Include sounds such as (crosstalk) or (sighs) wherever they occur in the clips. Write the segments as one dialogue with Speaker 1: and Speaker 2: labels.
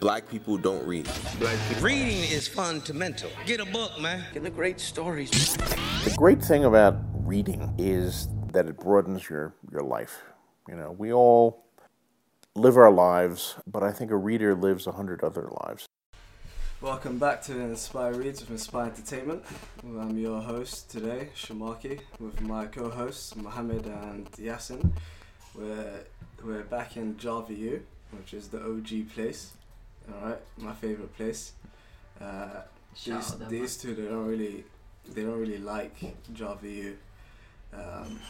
Speaker 1: Black people don't read.
Speaker 2: Reading is fundamental. Get a book, man. Get the great stories.
Speaker 3: The great thing about reading is that it broadens your, your life. You know, we all live our lives, but I think a reader lives a hundred other lives.
Speaker 4: Welcome back to Inspire Reads with Inspire Entertainment. I'm your host today, Shamaki, with my co-hosts Mohammed and Yasin. We're we're back in JavaU, which is the OG place. All right, my favorite place. Uh,
Speaker 5: Shout
Speaker 4: these,
Speaker 5: out them,
Speaker 4: these two, they don't really they don't really like JavaU. Um,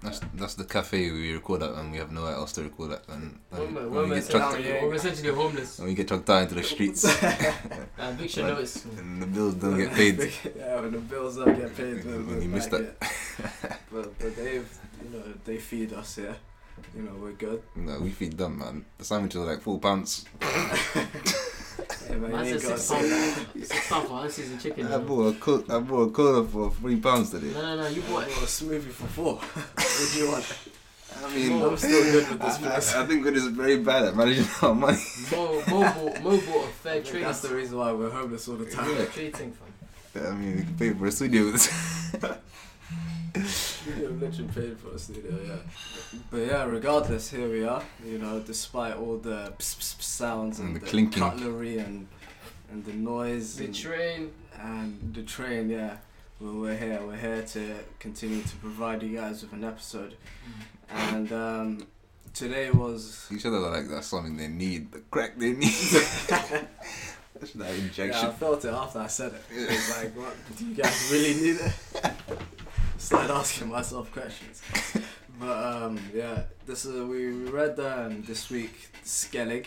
Speaker 6: That's that's the cafe we record at when we have nowhere else to record at, and, and
Speaker 5: We're,
Speaker 6: when
Speaker 5: we're,
Speaker 6: we get
Speaker 5: essentially,
Speaker 6: chucked,
Speaker 4: out.
Speaker 5: we're essentially homeless.
Speaker 4: Uh,
Speaker 6: when we get chucked out into
Speaker 4: (laughs)
Speaker 6: the streets,
Speaker 5: Uh, Big Show
Speaker 6: Right.
Speaker 5: noticed.
Speaker 6: and the bills don't get paid.
Speaker 4: yeah, when the bills don't get paid, we're-
Speaker 6: When
Speaker 4: we're
Speaker 6: you miss
Speaker 4: back
Speaker 6: that. (laughs)
Speaker 4: here. But but they've you know they feed us here. You know we're good.
Speaker 6: No, we feed them, man. The sandwiches are like four pounds.
Speaker 4: Hey, man, you
Speaker 5: Mine's a
Speaker 4: ain't gotta
Speaker 5: six
Speaker 4: say
Speaker 5: pound.
Speaker 4: that.
Speaker 5: Six pound for unseasoned chicken.
Speaker 6: I
Speaker 5: No,
Speaker 6: bought a co- I bought a cola for three pounds today.
Speaker 5: no, no, you
Speaker 4: Well,
Speaker 5: bought
Speaker 4: a smoothie for four. (laughs) what do you want?
Speaker 6: I
Speaker 4: I'm
Speaker 6: mean,
Speaker 4: still good with this place.
Speaker 6: I, I think we're just very bad at managing (laughs) our money.
Speaker 5: Mo, Mo, bought- Mo bought a fair trade.
Speaker 4: That's the reason why we're homeless all the time. (laughs)
Speaker 6: Yeah.
Speaker 5: Trading fund.
Speaker 6: I mean, we can pay for a studio. with this.
Speaker 4: we have literally paid for a studio, yeah. But yeah, regardless, here we are. You know, despite all the pss, pss, pss sounds and,
Speaker 6: And the clinking.
Speaker 4: cutlery and and the noise
Speaker 5: The
Speaker 4: and,
Speaker 5: train.
Speaker 4: and the train, yeah. Well, we're here. We're here to continue to provide you guys with an episode.
Speaker 5: Mm.
Speaker 4: And um, today was
Speaker 6: (laughs) Each other are like that's something they need, the crack they
Speaker 4: (laughs)
Speaker 6: need. that's that
Speaker 4: Yeah, I
Speaker 6: injection.
Speaker 4: felt it after I said it. It was like, what, do you guys really need it? (laughs) Started asking myself questions. But um, yeah, this is we read um, this week Skellig.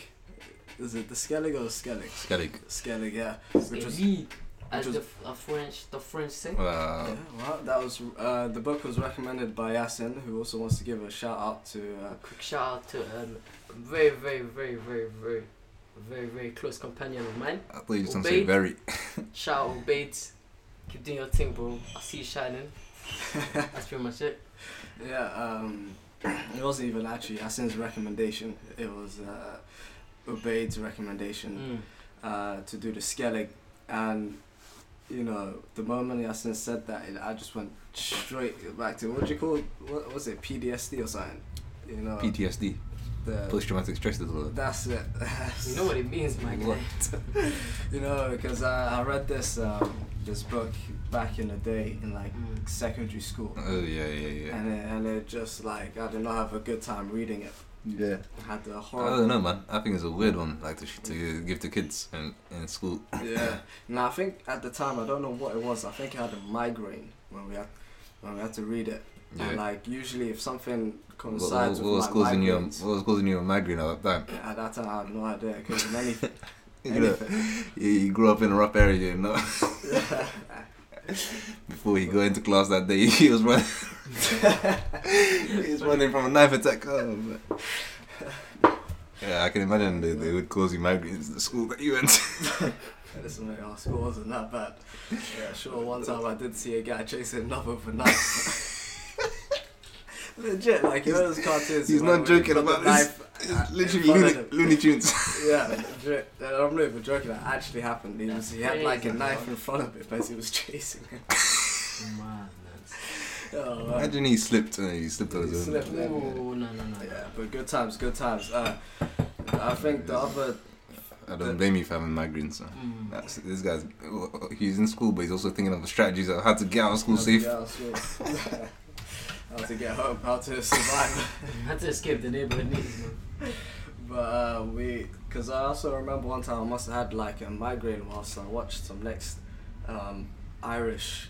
Speaker 4: Is it the Skellig or Skellig?
Speaker 6: Skellig.
Speaker 4: Skellig, yeah. Which was
Speaker 5: Elite. As
Speaker 4: which
Speaker 5: the, f- uh, French, the French say.
Speaker 6: Wow.
Speaker 4: yeah, well, that was uh, the book was recommended by Yasin, who also wants to give a shout out to uh,
Speaker 5: Quick shout out to um, very, very, very, very, very, very, very close companion of mine.
Speaker 6: I thought you just gonna say
Speaker 5: Obeyed.
Speaker 6: very.
Speaker 5: Shout out, Bates. Keep doing your thing, bro. I see you
Speaker 4: (laughs)
Speaker 5: shining. That's pretty much it.
Speaker 4: Yeah, um, (clears throat) it wasn't even actually Yasin's recommendation. It was uh, Ubaid's recommendation
Speaker 5: Mm.
Speaker 4: uh, to do the Skellig. And, you know, the moment Yasin said that, it, I just went straight back to what do you call What was it? PTSD or something? You know,
Speaker 6: PTSD,
Speaker 4: the,
Speaker 6: post traumatic stress disorder.
Speaker 4: that's it. (laughs)
Speaker 5: You know what it means, my guy.
Speaker 4: you know, because I, I read this um, this book back in the day in like
Speaker 5: Mm.
Speaker 4: secondary school.
Speaker 6: Oh yeah, yeah, yeah.
Speaker 4: And it, and it just like, I did not have a good time reading it.
Speaker 6: Yeah.
Speaker 4: I had the
Speaker 6: I
Speaker 4: horrible.
Speaker 6: don't know, man. I think it's a weird one, like to, sh- to give to kids in, in school.
Speaker 4: Yeah. Now I think at the time I don't know what it was. I think I had a migraine when we had when we had to read it.
Speaker 6: Yeah.
Speaker 4: And like usually if something
Speaker 6: (laughs) What, what,
Speaker 4: coincides
Speaker 6: what was
Speaker 4: with my
Speaker 6: causing your
Speaker 4: migraines,
Speaker 6: What was causing your migraine at that time?
Speaker 4: at that time I had no idea. It could have been anything.
Speaker 6: (laughs) You, know, you, you grew up in a rough area, you know. (laughs)
Speaker 4: (laughs)
Speaker 6: Before you go into class that day, (laughs) he was
Speaker 4: (laughs)
Speaker 6: running. he was running from a knife attack. Oh, man. Yeah, I can imagine they, they would cause you migraines at the school that you went. to.
Speaker 4: Listen, mate, our school wasn't that bad. Yeah, sure. One time I did see a guy chasing another with a
Speaker 6: (laughs)
Speaker 4: knife. Legit, like you know those cartoons.
Speaker 6: He's
Speaker 4: where-
Speaker 6: not
Speaker 4: where you
Speaker 6: joking
Speaker 4: put the
Speaker 6: about this.
Speaker 4: knife
Speaker 6: It's
Speaker 4: at- in
Speaker 6: literally
Speaker 4: front of
Speaker 6: Looney,
Speaker 4: them.
Speaker 6: Looney Tunes. (laughs)
Speaker 4: Yeah, legit. I'm not even joking. That actually happened. He, was, he had like a
Speaker 5: Crazy,
Speaker 4: knife
Speaker 5: man.
Speaker 4: in front of him as he was (laughs) chasing him.
Speaker 5: Madness.
Speaker 4: Oh, man.
Speaker 6: Imagine he slipped and he slipped on
Speaker 4: He
Speaker 6: his
Speaker 4: slipped.
Speaker 6: own.
Speaker 5: Ooh, no, no, no.
Speaker 4: Yeah, but good times, good times. Uh, I think the other.
Speaker 6: I don't blame you for having migraines. So.
Speaker 4: Mm.
Speaker 6: That's, this guy's he's in school, but he's also thinking of the strategies of how to get out of school
Speaker 4: how to
Speaker 6: safe.
Speaker 4: get out of school. (laughs) how to get home, how to survive. (laughs)
Speaker 5: Had to escape the neighborhood needs, man.
Speaker 4: But uh, we, because I also remember one time I must have had like a migraine whilst I watched some next um, Irish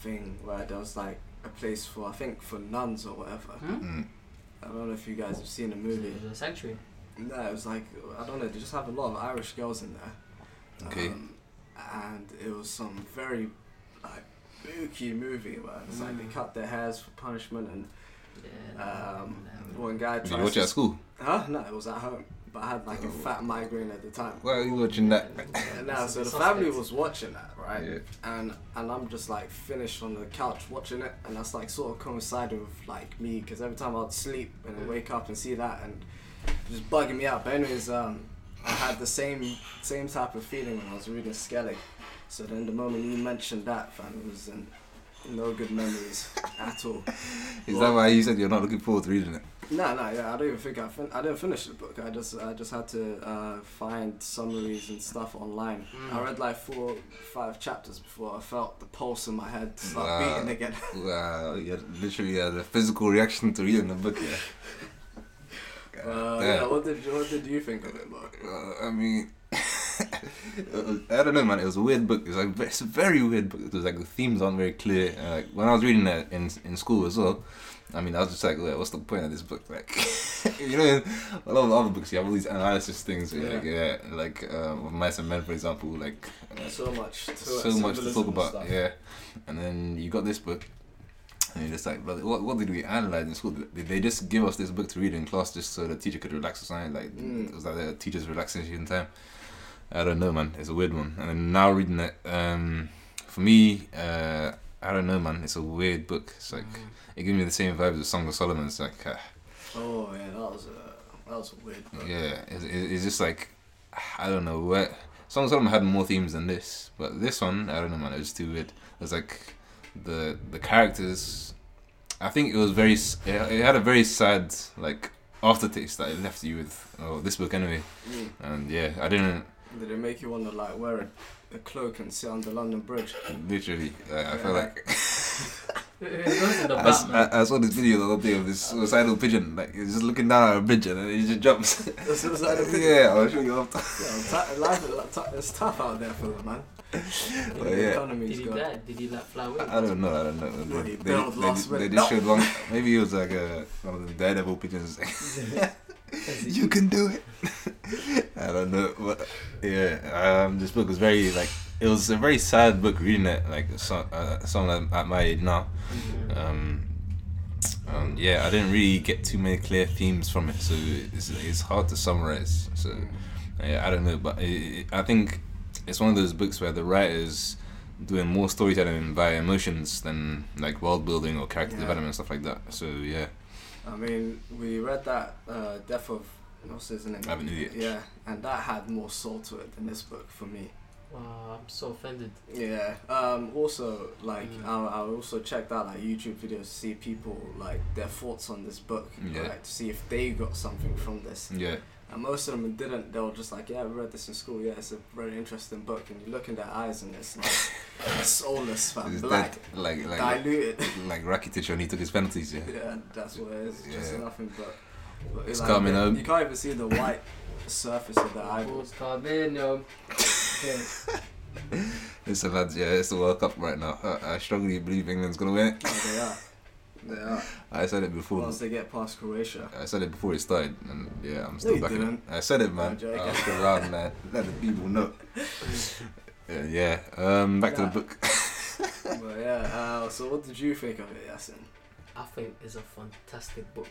Speaker 4: thing where there was like a place for I think for nuns or whatever.
Speaker 5: Hmm?
Speaker 6: Mm.
Speaker 4: I don't know if you guys have seen the
Speaker 5: It
Speaker 4: movie.
Speaker 5: was a sanctuary.
Speaker 4: No, it was like I don't know. They just have a lot of Irish girls in there.
Speaker 6: Okay.
Speaker 4: Um, and it was some very like spooky movie where it's like they
Speaker 5: Mm.
Speaker 4: cut their hairs for punishment and
Speaker 5: Yeah.
Speaker 4: um,
Speaker 5: no.
Speaker 4: one guy
Speaker 6: Did
Speaker 4: tries.
Speaker 6: you watch Oh. it at
Speaker 4: to-
Speaker 6: school?
Speaker 4: Huh? No, it was at home. But I had like a fat migraine at the time.
Speaker 6: Why are you watching that?
Speaker 4: (laughs)
Speaker 5: That's
Speaker 4: And now,
Speaker 5: a
Speaker 4: so
Speaker 5: bit
Speaker 4: the
Speaker 5: suspect.
Speaker 4: family was watching that, right?
Speaker 6: Yeah.
Speaker 4: And and I'm just like finished on the couch watching it, and that's like sort of coincided with like me, because every time I'd sleep and I'd wake up and see that, and just bugging me out. But anyways, um, I had the same same type of feeling when I was reading Skellig. So then the moment you mentioned that, fam, it was um, no good memories at all.
Speaker 6: (laughs) Is that why you said you're not looking forward to reading it?
Speaker 4: No, no, yeah, I don't even think I fin- I didn't finish the book. I just I just had to uh, find summaries and stuff online.
Speaker 6: Mm.
Speaker 4: I read like four, five chapters before I felt the pulse in my head start
Speaker 6: Wow.
Speaker 4: beating
Speaker 6: (laughs)
Speaker 4: again.
Speaker 6: Wow, you had- literally had a physical reaction to reading the book. Yeah. God
Speaker 4: Uh,
Speaker 6: damn.
Speaker 4: yeah, what did what did you think of it, Mark?
Speaker 6: Uh, I mean, (laughs) it was- I don't know, man. It was a weird book. It was like it's a very weird book. It was like the themes aren't very clear. And, like when I was reading it in in school as well, I mean, I was just like, "Wait, what's the point of this book? (laughs) Like, you know, a lot of other books you have all these analysis things. Yeah. Like, yeah, like um, with Mice and Men, for example, like uh,
Speaker 4: So much, to
Speaker 6: so much to talk
Speaker 4: symbolism and
Speaker 6: about.
Speaker 4: stuff.
Speaker 6: Yeah, and then you got this book, and you're just like, brother, what, what did we analyze in school? Did they just give us this book to read in class just so the teacher could relax us? something? Like
Speaker 4: Mm.
Speaker 6: it was like the teacher's relaxation time. I don't know, man. It's a weird one. And then now reading it, um, for me, uh, I don't know, man. It's a weird book. It's like
Speaker 4: Mm.
Speaker 6: it gives me the same vibes as Song of Solomon. It's like, ah,
Speaker 4: Oh yeah, that was a that was a weird. book.
Speaker 6: yeah, it's, it- it's just like I don't know what. Some of them had more themes than this, but this one I don't know, man. It was too weird. It was like the the characters. I think it was very. s- It, it had a very sad like aftertaste that it left you with. Oh, this book anyway,
Speaker 4: Mm.
Speaker 6: and yeah, I didn't
Speaker 4: Did it make you want to like wear a, a cloak and sit on the London
Speaker 6: (laughs)
Speaker 4: Bridge? (laughs)
Speaker 6: literally. Like, I felt like
Speaker 5: It goes in the
Speaker 6: I, s-
Speaker 5: Batman.
Speaker 6: I- I saw this video the other day of this suicidal pigeon. Like it's just looking down at a bridge and then it just jumps. (laughs)
Speaker 4: This was like a bit-
Speaker 6: yeah, I'll show you after.
Speaker 4: Yeah, t- life is t- it's tough out there for them, man.
Speaker 6: But
Speaker 4: the
Speaker 6: yeah.
Speaker 4: economy's
Speaker 5: Did he
Speaker 4: gone.
Speaker 5: die? Did he like fly away?
Speaker 6: I I don't know. I don't know. They,
Speaker 4: Bloody
Speaker 6: they,
Speaker 4: Bell
Speaker 6: they,
Speaker 4: last
Speaker 6: they
Speaker 4: minute.
Speaker 6: just showed one. Maybe it was like a one of the daredevil pigeons. you can do it. I don't know. But yeah, um, this book was very like it was a very sad book. Reading it like so, uh, someone at my age now. Um, um, yeah, I didn't really get too many clear themes from it, so it's, it's hard to summarize. So yeah, I don't know, but it, it, I think it's one of those books where the writers doing more storytelling via emotions than like world building or character
Speaker 4: Yeah.
Speaker 6: development and stuff like that. So yeah,
Speaker 4: I mean, we read that uh, Death of what's his name?
Speaker 6: Avenue, yeah.
Speaker 4: Yeah, and that had more soul to it than this book for me.
Speaker 5: Wow, I'm so offended.
Speaker 4: Yeah. Um, also, like,
Speaker 5: Mm.
Speaker 4: I, I also checked out like YouTube videos to see people like their thoughts on this book,
Speaker 6: Yeah. Mm.
Speaker 4: like to see if they got something from this.
Speaker 6: yeah,
Speaker 4: And most of them didn't. They were just like, "Yeah, I read this in school. Yeah, it's a very interesting book." And you look in their eyes, and it's
Speaker 6: (laughs)
Speaker 4: like soulless, fam,
Speaker 6: it's
Speaker 4: black,
Speaker 6: that like like
Speaker 4: diluted.
Speaker 6: like Rakitic when he took his penalties. Yeah,
Speaker 4: Yeah, that's what it is. It's just
Speaker 6: Yeah.
Speaker 4: nothing but. but
Speaker 6: It's
Speaker 4: like,
Speaker 6: coming
Speaker 4: you,
Speaker 6: up.
Speaker 4: You can't even see the white surface of the eyeballs.
Speaker 5: Who's coming home? Okay.
Speaker 6: it's a lads. Yeah, it's the World Cup right now. I, I strongly believe England's gonna win it.
Speaker 4: Oh, they are. They are.
Speaker 6: I said it before.
Speaker 4: Once they get past Croatia.
Speaker 6: I said it before it started, and yeah, I'm still
Speaker 4: you
Speaker 6: back in it.
Speaker 4: didn't.
Speaker 6: I said it, man.
Speaker 4: I'm joking.
Speaker 6: I was around, man. (laughs) Let the people know. Uh, yeah. Um, back
Speaker 4: Nah.
Speaker 6: to the book.
Speaker 4: but yeah, uh, so what did you think of it, Yasin?
Speaker 5: I think it's a fantastic book.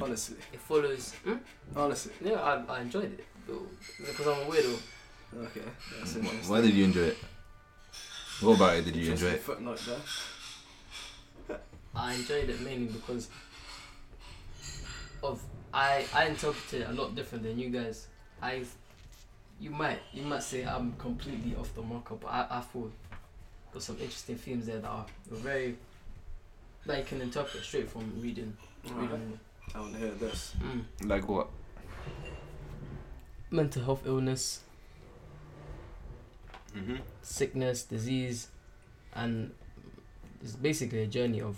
Speaker 4: Honestly.
Speaker 5: It follows. Hmm?
Speaker 4: Honestly.
Speaker 5: Yeah, I, I enjoyed it because I'm a weirdo.
Speaker 4: Okay, that's
Speaker 6: Why-
Speaker 4: interesting.
Speaker 6: (laughs) Why did you enjoy it? What about it? Did you enjoy
Speaker 4: Interesting
Speaker 6: it?
Speaker 4: Footnote there.
Speaker 5: I enjoyed it mainly because of I I interpret it a lot different than you guys. I you might you might say I'm completely off the marker, but I, I thought there's some interesting themes there that are very that you can interpret straight from reading.
Speaker 4: Alright,
Speaker 5: reading.
Speaker 4: I want to hear this.
Speaker 5: Mm.
Speaker 6: Like what?
Speaker 5: Mental health illness,
Speaker 6: Mm-hmm.
Speaker 5: sickness, disease, and it's basically a journey of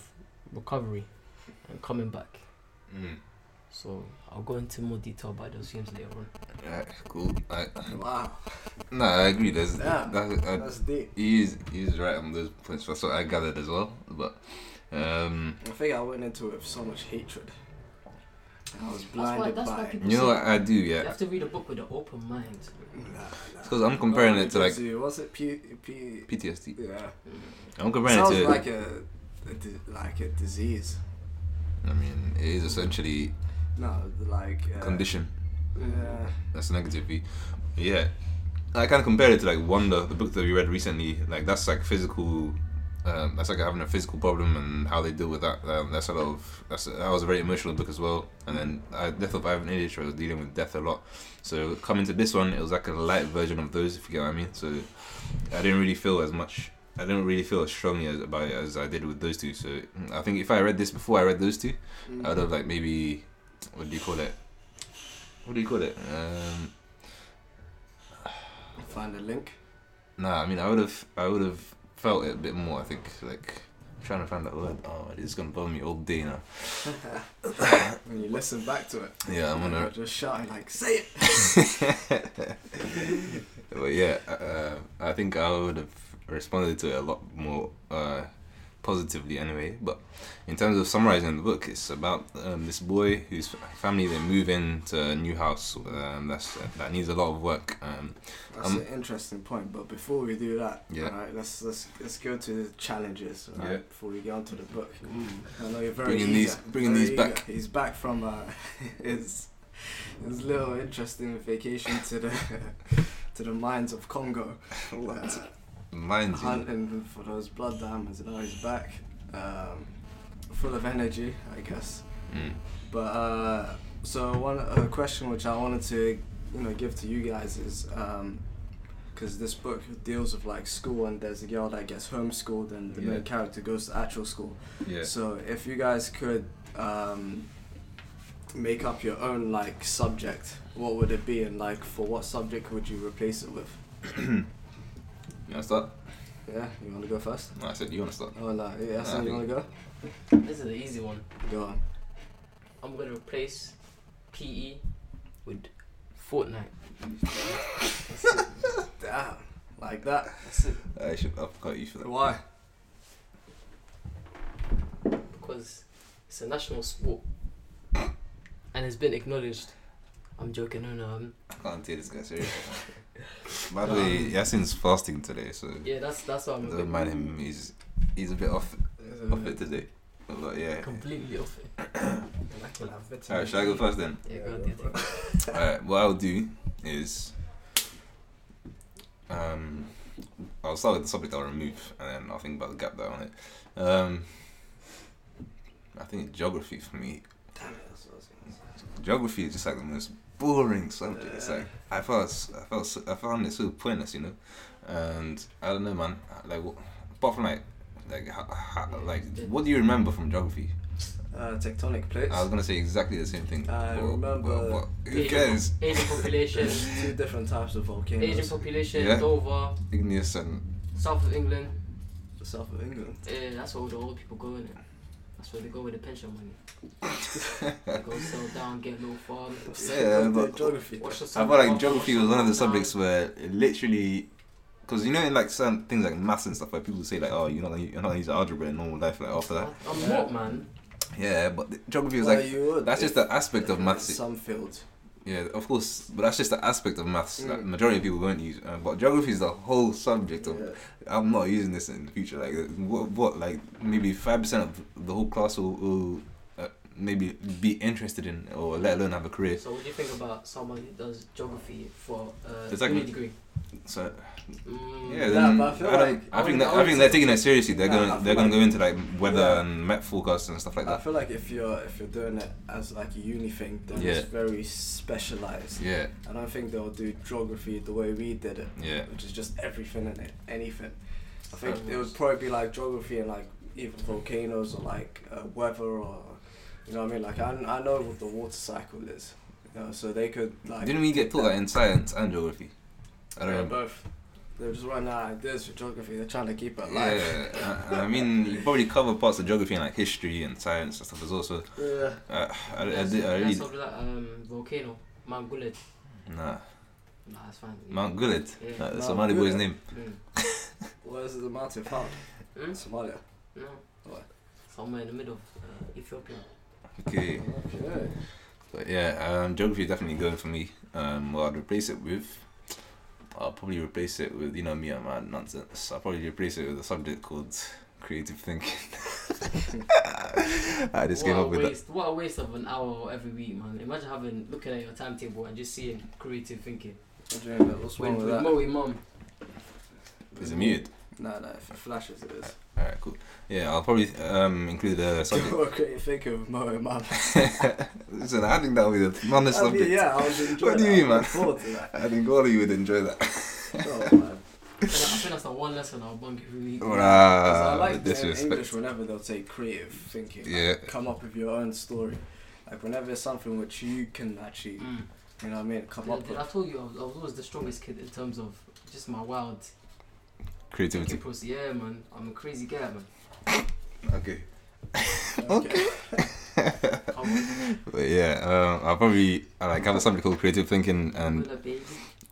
Speaker 5: recovery and coming back.
Speaker 6: Mm.
Speaker 5: So I'll go into more detail about those themes later on.
Speaker 6: Alright, cool. I,
Speaker 4: Wow,
Speaker 6: no, I agree. There's
Speaker 4: Yeah.
Speaker 6: that- I-
Speaker 4: that's deep.
Speaker 6: he is he is right on those points. That's what I gathered as well. But um,
Speaker 4: I think I went into it with so much hatred. I was
Speaker 5: why-
Speaker 4: blinded
Speaker 5: that's why
Speaker 4: by it.
Speaker 5: people-
Speaker 6: you know what I do, yeah.
Speaker 5: You have to read a book with an open mind.
Speaker 6: Because I'm comparing it to like
Speaker 4: What's it? What's it? P, P,
Speaker 6: PTSD.
Speaker 4: yeah.
Speaker 6: I'm comparing
Speaker 4: Sounds
Speaker 6: it to.
Speaker 4: like a, a di- like a disease.
Speaker 6: I mean, it is essentially
Speaker 4: No, like uh,
Speaker 6: condition.
Speaker 4: Yeah,
Speaker 6: That's negative V. Yeah. I kind of compare it to like Wonder, the book that we read recently. Like that's like physical um, that's like having a physical problem and how they deal with that. Um, that's a lot of that's that was a very emotional book as well. And then uh, Death of Ivan Illich I was dealing with death a lot. So coming to this one, it was like a light version of those, if you get what I mean. So I didn't really feel as much. I didn't really feel as strongly as, about it as I did with those two. So mm, I think if I read this before I read those two, I would have like maybe what do you call it? What do you call it? Um,
Speaker 4: Find a link.
Speaker 6: Nah, I mean, I would have, I would have felt it a bit more. I think, like, I'm trying to find that word. Oh, it's gonna bother me all day now.
Speaker 4: When you listen back to it,
Speaker 6: Yeah, I'm
Speaker 4: you're
Speaker 6: gonna. (laughs)
Speaker 4: just shouting like, "Say it!"
Speaker 6: but yeah, uh, I think I would have responded to it a lot more uh, positively anyway. But in terms of summarizing the book, it's about um, this boy whose family they move into a new house um, that's that needs a lot of work. Um,
Speaker 4: That's
Speaker 6: Um,
Speaker 4: an interesting point. But before we do that,
Speaker 6: Yeah.
Speaker 4: alright, let's let's let's go to the challenges. Right,
Speaker 6: Yeah.
Speaker 4: Before we get onto the book, I know you're very
Speaker 6: Bringing
Speaker 4: eager,
Speaker 6: these- bringing
Speaker 4: very
Speaker 6: these back.
Speaker 4: eager. He's back from uh, (laughs) his his little interesting vacation to the (laughs) to the mines of Congo,
Speaker 6: (laughs)
Speaker 4: uh,
Speaker 6: Mind you,
Speaker 4: hunting for those blood diamonds, and now he's back, um, full of energy, I guess.
Speaker 6: Mm.
Speaker 4: But uh, so one uh, question which I wanted to you know give to you guys is because this book deals with like school and there's a girl that gets homeschooled and the
Speaker 6: Yeah.
Speaker 4: main character goes to actual school.
Speaker 6: yeah.
Speaker 4: So if you guys could um, make up your own like subject, what would it be and like for what subject would you replace it with?
Speaker 6: You wanna start?
Speaker 4: Yeah, you want to go first?
Speaker 6: No, I said you wanna start.
Speaker 4: Oh no, yeah,
Speaker 6: Nah,
Speaker 4: so
Speaker 6: I
Speaker 4: you want
Speaker 6: think-
Speaker 4: to go?
Speaker 5: This is the easy one.
Speaker 4: Go on.
Speaker 5: I'm gonna replace PE with Fortnite.
Speaker 4: Damn, like that.
Speaker 6: I should upcut you for that.
Speaker 4: Why?
Speaker 5: because it's a national sport and it's been acknowledged. I'm joking, no, no. Um,
Speaker 6: I can't take this guy seriously. By the way, Yasin's fasting today, so
Speaker 5: yeah, that's that's what I'm a bit
Speaker 6: don't mind him. He's he's a bit off off it today. But yeah.
Speaker 5: completely off it.
Speaker 6: Alright, should I go first then?
Speaker 5: Yeah, go on, do your thing.
Speaker 6: Alright, what I'll do is um I'll start with the subject I'll remove and then I'll think about the gap there on it. Um I think geography for me
Speaker 4: Damn it, that's what I was gonna say.
Speaker 6: geography is just like the most boring subject. It's like I felt, s- I felt, so, I found it so pointless, you know. And I don't know, man. Like, what, apart from like, like, ha, ha, like, what do you remember from geography?
Speaker 4: Uh, tectonic plates.
Speaker 6: I was gonna say exactly the same thing.
Speaker 4: I remember
Speaker 6: but who
Speaker 5: Asian,
Speaker 6: cares?
Speaker 5: Asian
Speaker 6: (laughs)
Speaker 5: population,
Speaker 4: Two different types of volcanoes.
Speaker 5: Asian population,
Speaker 6: Yeah.
Speaker 5: Dover,
Speaker 6: Igneous and
Speaker 5: south of England.
Speaker 4: The south of England.
Speaker 5: Yeah, that's where all the old people go in it. That's where they go with the pension money. they go sell down, get no farm.
Speaker 6: Yeah, but-
Speaker 4: geography.
Speaker 5: Watch the
Speaker 6: I
Speaker 5: sun
Speaker 6: felt like
Speaker 5: up,
Speaker 6: geography
Speaker 5: watch
Speaker 6: was one of the
Speaker 5: sun down.
Speaker 6: subjects where it literally, because you know, in like some things like maths and stuff, where people say like, oh, you're not, gonna- you're not gonna use algebra in normal life, like after that.
Speaker 5: I- I'm not, man.
Speaker 6: Yeah, but the- geography was
Speaker 4: Well,
Speaker 6: like.
Speaker 4: you would
Speaker 6: That's just
Speaker 4: if-
Speaker 6: the aspect of
Speaker 4: if
Speaker 6: maths.
Speaker 4: Some fields.
Speaker 6: Yeah, of course, but that's just the aspect of maths that
Speaker 4: Mm.
Speaker 6: majority of people won't use. Uh, but geography is the whole subject of.
Speaker 4: Yeah.
Speaker 6: I'm not using this in the future. Like what? What? Like maybe five percent of the whole class will, will uh, maybe be interested in, or let alone have a career.
Speaker 5: So, what do you think about someone who does geography for uh,
Speaker 6: It's like-
Speaker 5: uni degree?
Speaker 6: So
Speaker 5: Mm,
Speaker 6: yeah,
Speaker 4: Yeah,
Speaker 6: then
Speaker 4: but I feel
Speaker 6: I, don't-
Speaker 4: like-
Speaker 6: I
Speaker 4: I
Speaker 6: think
Speaker 4: would-
Speaker 6: that,
Speaker 4: I
Speaker 6: I,
Speaker 4: would
Speaker 6: think
Speaker 4: say-
Speaker 6: they're taking it seriously. They're
Speaker 4: Yeah, I
Speaker 6: going
Speaker 4: feel
Speaker 6: they're going to
Speaker 4: like-
Speaker 6: go into like weather
Speaker 4: Yeah.
Speaker 6: and met forecasts and stuff like
Speaker 4: I
Speaker 6: that.
Speaker 4: feel like if you're if you're doing it as like a uni thing, then
Speaker 6: Yeah.
Speaker 4: it's very specialized.
Speaker 6: Yeah,
Speaker 4: I don't think they'll do geography the way we did it,
Speaker 6: yeah.
Speaker 4: which is just everything and a- anything. I think
Speaker 5: Um,
Speaker 4: it would probably be like geography and like even volcanoes or like uh, weather or you know what I mean. Like I, I know what the water cycle is, you know, so they could like.
Speaker 6: Didn't we get taught that in science and geography? I don't
Speaker 4: Yeah,
Speaker 6: remember.
Speaker 4: both. They're just running out of ideas for geography. They're trying to keep it
Speaker 6: Yeah,
Speaker 4: alive.
Speaker 6: yeah, I, I mean, you probably cover parts of geography and like history and science and stuff as well. So
Speaker 4: Yeah.
Speaker 6: uh, I, I,
Speaker 5: Can I
Speaker 6: did- I
Speaker 5: can I
Speaker 6: really
Speaker 5: solve that um, volcano, Mount Gullet.
Speaker 6: nah
Speaker 5: Nah, that's fine.
Speaker 6: Mount Gullet.
Speaker 5: Yeah.
Speaker 6: Nah, that's
Speaker 4: Mount
Speaker 6: Somali boy's
Speaker 4: Gullet.
Speaker 6: name.
Speaker 5: Mm.
Speaker 4: Where's the mountain found?
Speaker 5: Hmm?
Speaker 4: In Somalia.
Speaker 5: No.
Speaker 4: What?
Speaker 5: Somewhere in the middle of uh, Ethiopia.
Speaker 6: Okay,
Speaker 4: Okay.
Speaker 6: but yeah, um, geography is definitely going for me. Um, what I'd replace it with, I'll probably replace it with you know me and my nonsense. I'll probably replace it with a subject called creative thinking. (laughs) I just
Speaker 5: what
Speaker 6: came
Speaker 5: a
Speaker 6: up with that.
Speaker 5: waste, What a waste of an hour every week, man. Imagine having looking at your timetable and just seeing creative thinking.
Speaker 4: Adrian, what's wrong
Speaker 5: With,
Speaker 4: with
Speaker 5: with
Speaker 4: that?
Speaker 5: Moe Mum.
Speaker 6: Is it muted?
Speaker 4: No, no, if it flashes, it is.
Speaker 6: All right, cool. Yeah, I'll probably um, include a subject.
Speaker 4: (laughs)
Speaker 6: (laughs)
Speaker 4: what can you think of Mo and Mab?
Speaker 6: Listen, I think that would be the funnest
Speaker 4: I
Speaker 6: subject.
Speaker 4: mean, yeah, I was enjoying
Speaker 6: What do you
Speaker 4: that.
Speaker 6: mean,
Speaker 4: I'm
Speaker 6: man?
Speaker 4: looking forward to
Speaker 6: (laughs)
Speaker 4: that.
Speaker 6: I think all of you would
Speaker 4: (laughs)
Speaker 6: enjoy that.
Speaker 4: Oh, man.
Speaker 5: I think that's the one lesson I'll bunk every week.
Speaker 4: Because I
Speaker 6: Wow,
Speaker 4: like
Speaker 6: the
Speaker 4: that in English
Speaker 6: uh, disrespect.
Speaker 4: whenever they'll say creative thinking. like,
Speaker 6: Yeah.
Speaker 4: come up with your own story. Like whenever it's something which you can actually,
Speaker 5: Mm.
Speaker 4: you know what I mean, come up
Speaker 5: Did- did
Speaker 4: with.
Speaker 5: I told you I was, I was always the strongest kid in terms of just my wild
Speaker 6: Creativity.
Speaker 5: thinking process. Yeah, man, I'm a crazy guy, man.
Speaker 6: Okay.
Speaker 4: Okay.
Speaker 5: Come
Speaker 6: (laughs)
Speaker 5: on,
Speaker 6: (laughs) But yeah, um, I'll probably I like have a subject called creative thinking, and
Speaker 5: Willa, baby.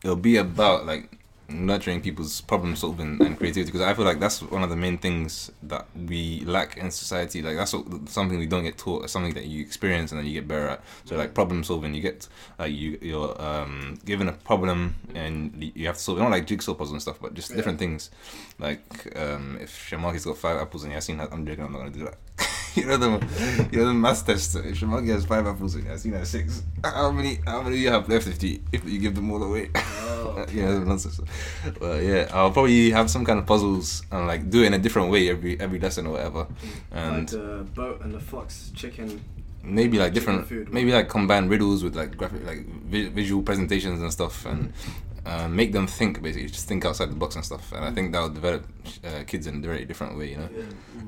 Speaker 6: it'll be about like nurturing people's problem solving and creativity because I feel like that's one of the main things that we lack in society. Like that's what- something we don't get taught. It's something that you experience and then you get better at. So like problem solving, you get like you you're um, given a problem and y- you have to solve it. Not like jigsaw puzzles and stuff, but just
Speaker 4: Yeah.
Speaker 6: different things. Like um, if Shamaki's got five apples and Yasin has, I'm joking, I'm not gonna do that. (laughs) you know the you know the math test. If Shamaki has five apples and Yasin has six, how many how many do you have left if you if you give them all away? (laughs)
Speaker 4: Oh,
Speaker 6: yeah, that's nonsense. But yeah, I'll probably have some kind of puzzles and like do it in a different way every every lesson or whatever,
Speaker 4: like
Speaker 6: and
Speaker 4: the uh, boat and the fox chicken.
Speaker 6: maybe like
Speaker 4: chicken
Speaker 6: different,
Speaker 4: food.
Speaker 6: maybe like combine riddles with like graphic, like vi- visual presentations and stuff, and uh, make them think basically, just think outside the box and stuff. And I think that will develop uh, kids in a very different way, you know.
Speaker 4: Yeah.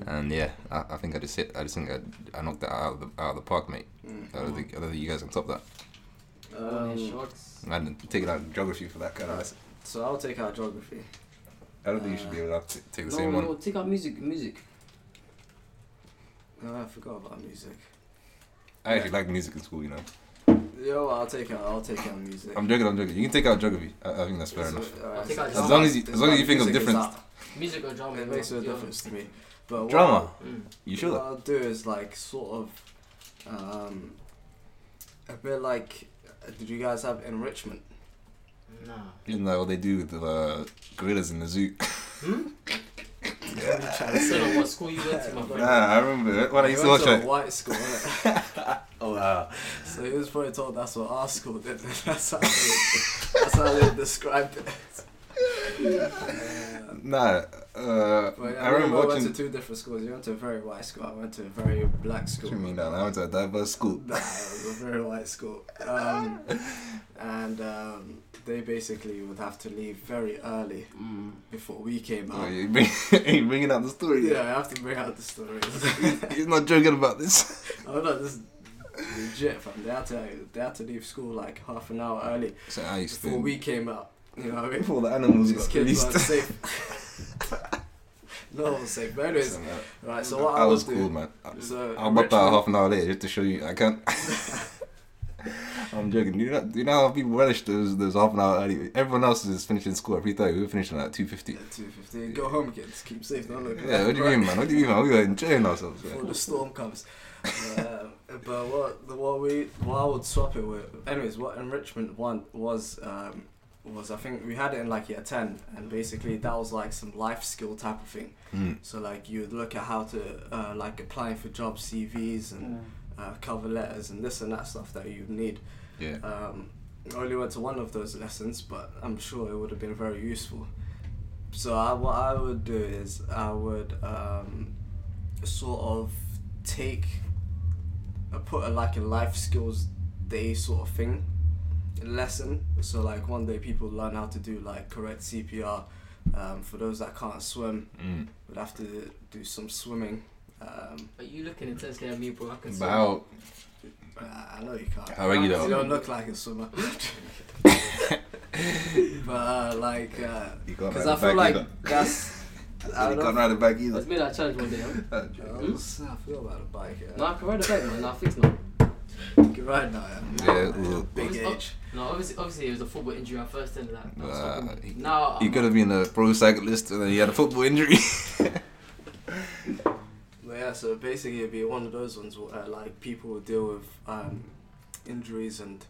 Speaker 4: Mm.
Speaker 6: And yeah, I, I think I just hit. I just think I, I knocked that out of the, out of the park, mate.
Speaker 4: Mm.
Speaker 6: I don't think I don't think you guys can top that.
Speaker 5: Morning
Speaker 4: Um,
Speaker 5: shorts.
Speaker 6: I didn't take it out of geography for that kind of.
Speaker 4: so I'll take out geography.
Speaker 6: I don't think you should be able to take the
Speaker 5: No,
Speaker 6: same one.
Speaker 5: no, take out music, music.
Speaker 4: Oh, I forgot about music.
Speaker 6: I actually like music in school, you know.
Speaker 4: Yo, I'll take out. I'll take out music.
Speaker 6: I'm joking, I'm joking. You can take out geography. I, I think that's fair
Speaker 4: So,
Speaker 6: enough.
Speaker 4: alright,
Speaker 5: I'll take
Speaker 4: so
Speaker 5: out
Speaker 4: it's
Speaker 5: drama.
Speaker 6: As long as you,
Speaker 4: not-
Speaker 6: as long as you think of
Speaker 4: music is
Speaker 6: different
Speaker 4: out.
Speaker 5: Music or drama.
Speaker 4: it
Speaker 5: no,
Speaker 4: makes no
Speaker 5: yeah.
Speaker 4: difference to me. But what-
Speaker 6: drama,
Speaker 5: Mm.
Speaker 6: you sure?
Speaker 4: What I'll do is like sort of um, a bit like. uh, Did you guys have enrichment?
Speaker 5: Nah.
Speaker 6: Isn't that what they do with the uh, gorillas in the zoo?
Speaker 5: Hmm?
Speaker 4: I'm trying to
Speaker 5: I don't
Speaker 4: say.
Speaker 5: know what school you went to,
Speaker 6: (laughs)
Speaker 5: my
Speaker 6: (laughs) nah,
Speaker 5: friend.
Speaker 6: I remember it. when I
Speaker 4: He
Speaker 6: used to
Speaker 4: went
Speaker 6: watch
Speaker 4: to a
Speaker 6: it.
Speaker 4: white school, innit?
Speaker 6: (laughs)
Speaker 4: (laughs)
Speaker 6: Oh wow.
Speaker 4: so he was probably told that's what our school did. (laughs) that's how they, that's how they described it. Uh,
Speaker 6: Nah, uh,
Speaker 4: but yeah,
Speaker 6: I remember
Speaker 4: I
Speaker 6: watching.
Speaker 4: went to two different schools. You went to a very white school. I went to a very black school.
Speaker 6: What
Speaker 4: (laughs)
Speaker 6: do you mean that? I went to a diverse school. (laughs)
Speaker 4: Nah, it was a very white school. Um, and um, they basically would have to leave very early
Speaker 5: Mm.
Speaker 4: before we came
Speaker 6: Oh,
Speaker 4: out.
Speaker 6: you bring, (laughs) you bringing out the story.
Speaker 4: Yeah, I have to bring out the stories.
Speaker 6: (laughs)
Speaker 4: (laughs)
Speaker 6: He's not joking about this.
Speaker 4: oh no, this is legit, fam. They had to they had to leave school like half an hour early
Speaker 6: So I used
Speaker 4: before
Speaker 6: to.
Speaker 4: we came out. You know what I mean?
Speaker 6: (laughs) Before the animals
Speaker 4: These
Speaker 6: got
Speaker 4: kids
Speaker 6: released.
Speaker 4: weren't
Speaker 6: (laughs)
Speaker 4: safe. (laughs) no one was safe. But anyways,
Speaker 6: Listen, man,
Speaker 4: right. So what
Speaker 6: I
Speaker 4: I
Speaker 6: was
Speaker 4: was
Speaker 6: cool,
Speaker 4: doing.
Speaker 6: man.
Speaker 4: So
Speaker 6: I'll bop out
Speaker 4: enrichment-
Speaker 6: half an hour later just to show you I can't. (laughs) I'm joking. Do you know, do you know how people relish those those half an hour early? Everyone else is finishing school at three thirty. We're finishing at two fifty.
Speaker 4: At 2.15, go home kids, keep safe, don't look
Speaker 6: Yeah, what do you mean, man? What do you mean, man? We were enjoying ourselves.
Speaker 4: Before
Speaker 6: Yeah.
Speaker 4: the storm comes. Uh, but what the what we what I would swap it with anyways, what enrichment one was um, was I think we had it in like year ten and basically that was like some life skill type of thing.
Speaker 6: Mm.
Speaker 4: So like you'd look at how to uh, like applying for job CVs and uh, cover letters and this and that stuff that you need.
Speaker 6: yeah.
Speaker 4: Um, I only went to one of those lessons, but I'm sure it would have been very useful. So I, what I would do is I would um, sort of take, I put a, like a life skills day sort of thing, lesson. So like one day people learn how to do like correct CPR. Um, for those that can't swim,
Speaker 6: Mm.
Speaker 4: would have to do some swimming. Um,
Speaker 5: Are you looking intensely at me, bro? I can see.
Speaker 6: But how
Speaker 4: I I know you can't.
Speaker 6: how regular?
Speaker 4: You
Speaker 6: You,
Speaker 4: don't look like a swimmer. (laughs) but uh, like, uh
Speaker 6: can't
Speaker 4: 'cause
Speaker 6: ride
Speaker 4: I
Speaker 6: the
Speaker 4: feel
Speaker 6: bike
Speaker 4: like
Speaker 6: either.
Speaker 4: (laughs) that's. I
Speaker 6: (laughs) you
Speaker 4: don't
Speaker 6: can't ride the bike either.
Speaker 5: Let's
Speaker 6: (laughs)
Speaker 5: make that challenge one day. Huh?
Speaker 4: I
Speaker 6: Hmm?
Speaker 4: was- I feel about a bike. Yeah.
Speaker 5: No, I can ride a bike, man. I fix now.
Speaker 4: You can ride now. Yeah.
Speaker 6: Yeah, well,
Speaker 4: Big
Speaker 5: Oh,
Speaker 4: age.
Speaker 5: No, obviously, obviously it was a football injury. I first ended that. that was
Speaker 6: Uh,
Speaker 5: football.
Speaker 6: he-
Speaker 5: now
Speaker 6: he
Speaker 5: I'm-
Speaker 6: could have been a pro cyclist and then he had a football injury. (laughs)
Speaker 4: But yeah, so basically it'd be one of those ones where uh, like people would deal with um, injuries and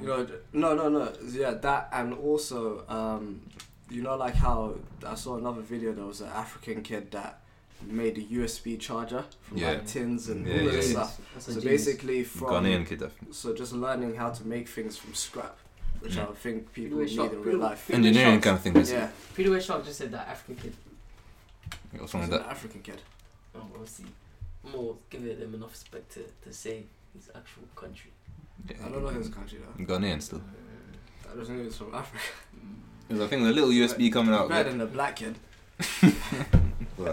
Speaker 4: you know
Speaker 6: Mm.
Speaker 4: d- no no no yeah that and also um, you know like how I saw another video there was an African kid that made a USB charger from
Speaker 6: Yeah.
Speaker 4: like tins and
Speaker 6: Yeah,
Speaker 4: all
Speaker 6: yeah,
Speaker 4: this
Speaker 6: yeah.
Speaker 4: stuff.
Speaker 5: That's a
Speaker 4: So
Speaker 5: genius.
Speaker 4: basically from
Speaker 6: Ghanaian kid, I think.
Speaker 4: so just learning how to make things from scrap, which
Speaker 6: Mm.
Speaker 4: I would think people
Speaker 5: Freeway
Speaker 4: need
Speaker 5: shop,
Speaker 4: in real
Speaker 5: freeway-
Speaker 4: life.
Speaker 5: freeway
Speaker 6: engineering
Speaker 5: shop.
Speaker 6: kind of thing. basically.
Speaker 4: Yeah.
Speaker 5: Peter Way Sharp just said that African kid.
Speaker 6: What's wrong
Speaker 4: He's
Speaker 6: with
Speaker 4: an
Speaker 6: that?
Speaker 4: African kid.
Speaker 5: Um, obviously, more giving them enough respect to, to say his actual country.
Speaker 4: I don't know his country though.
Speaker 6: Ghanaian still.
Speaker 4: I just knew he was from Africa.
Speaker 6: Because I think the little USB coming out.
Speaker 4: Better than the black kid.
Speaker 6: (laughs) Wow.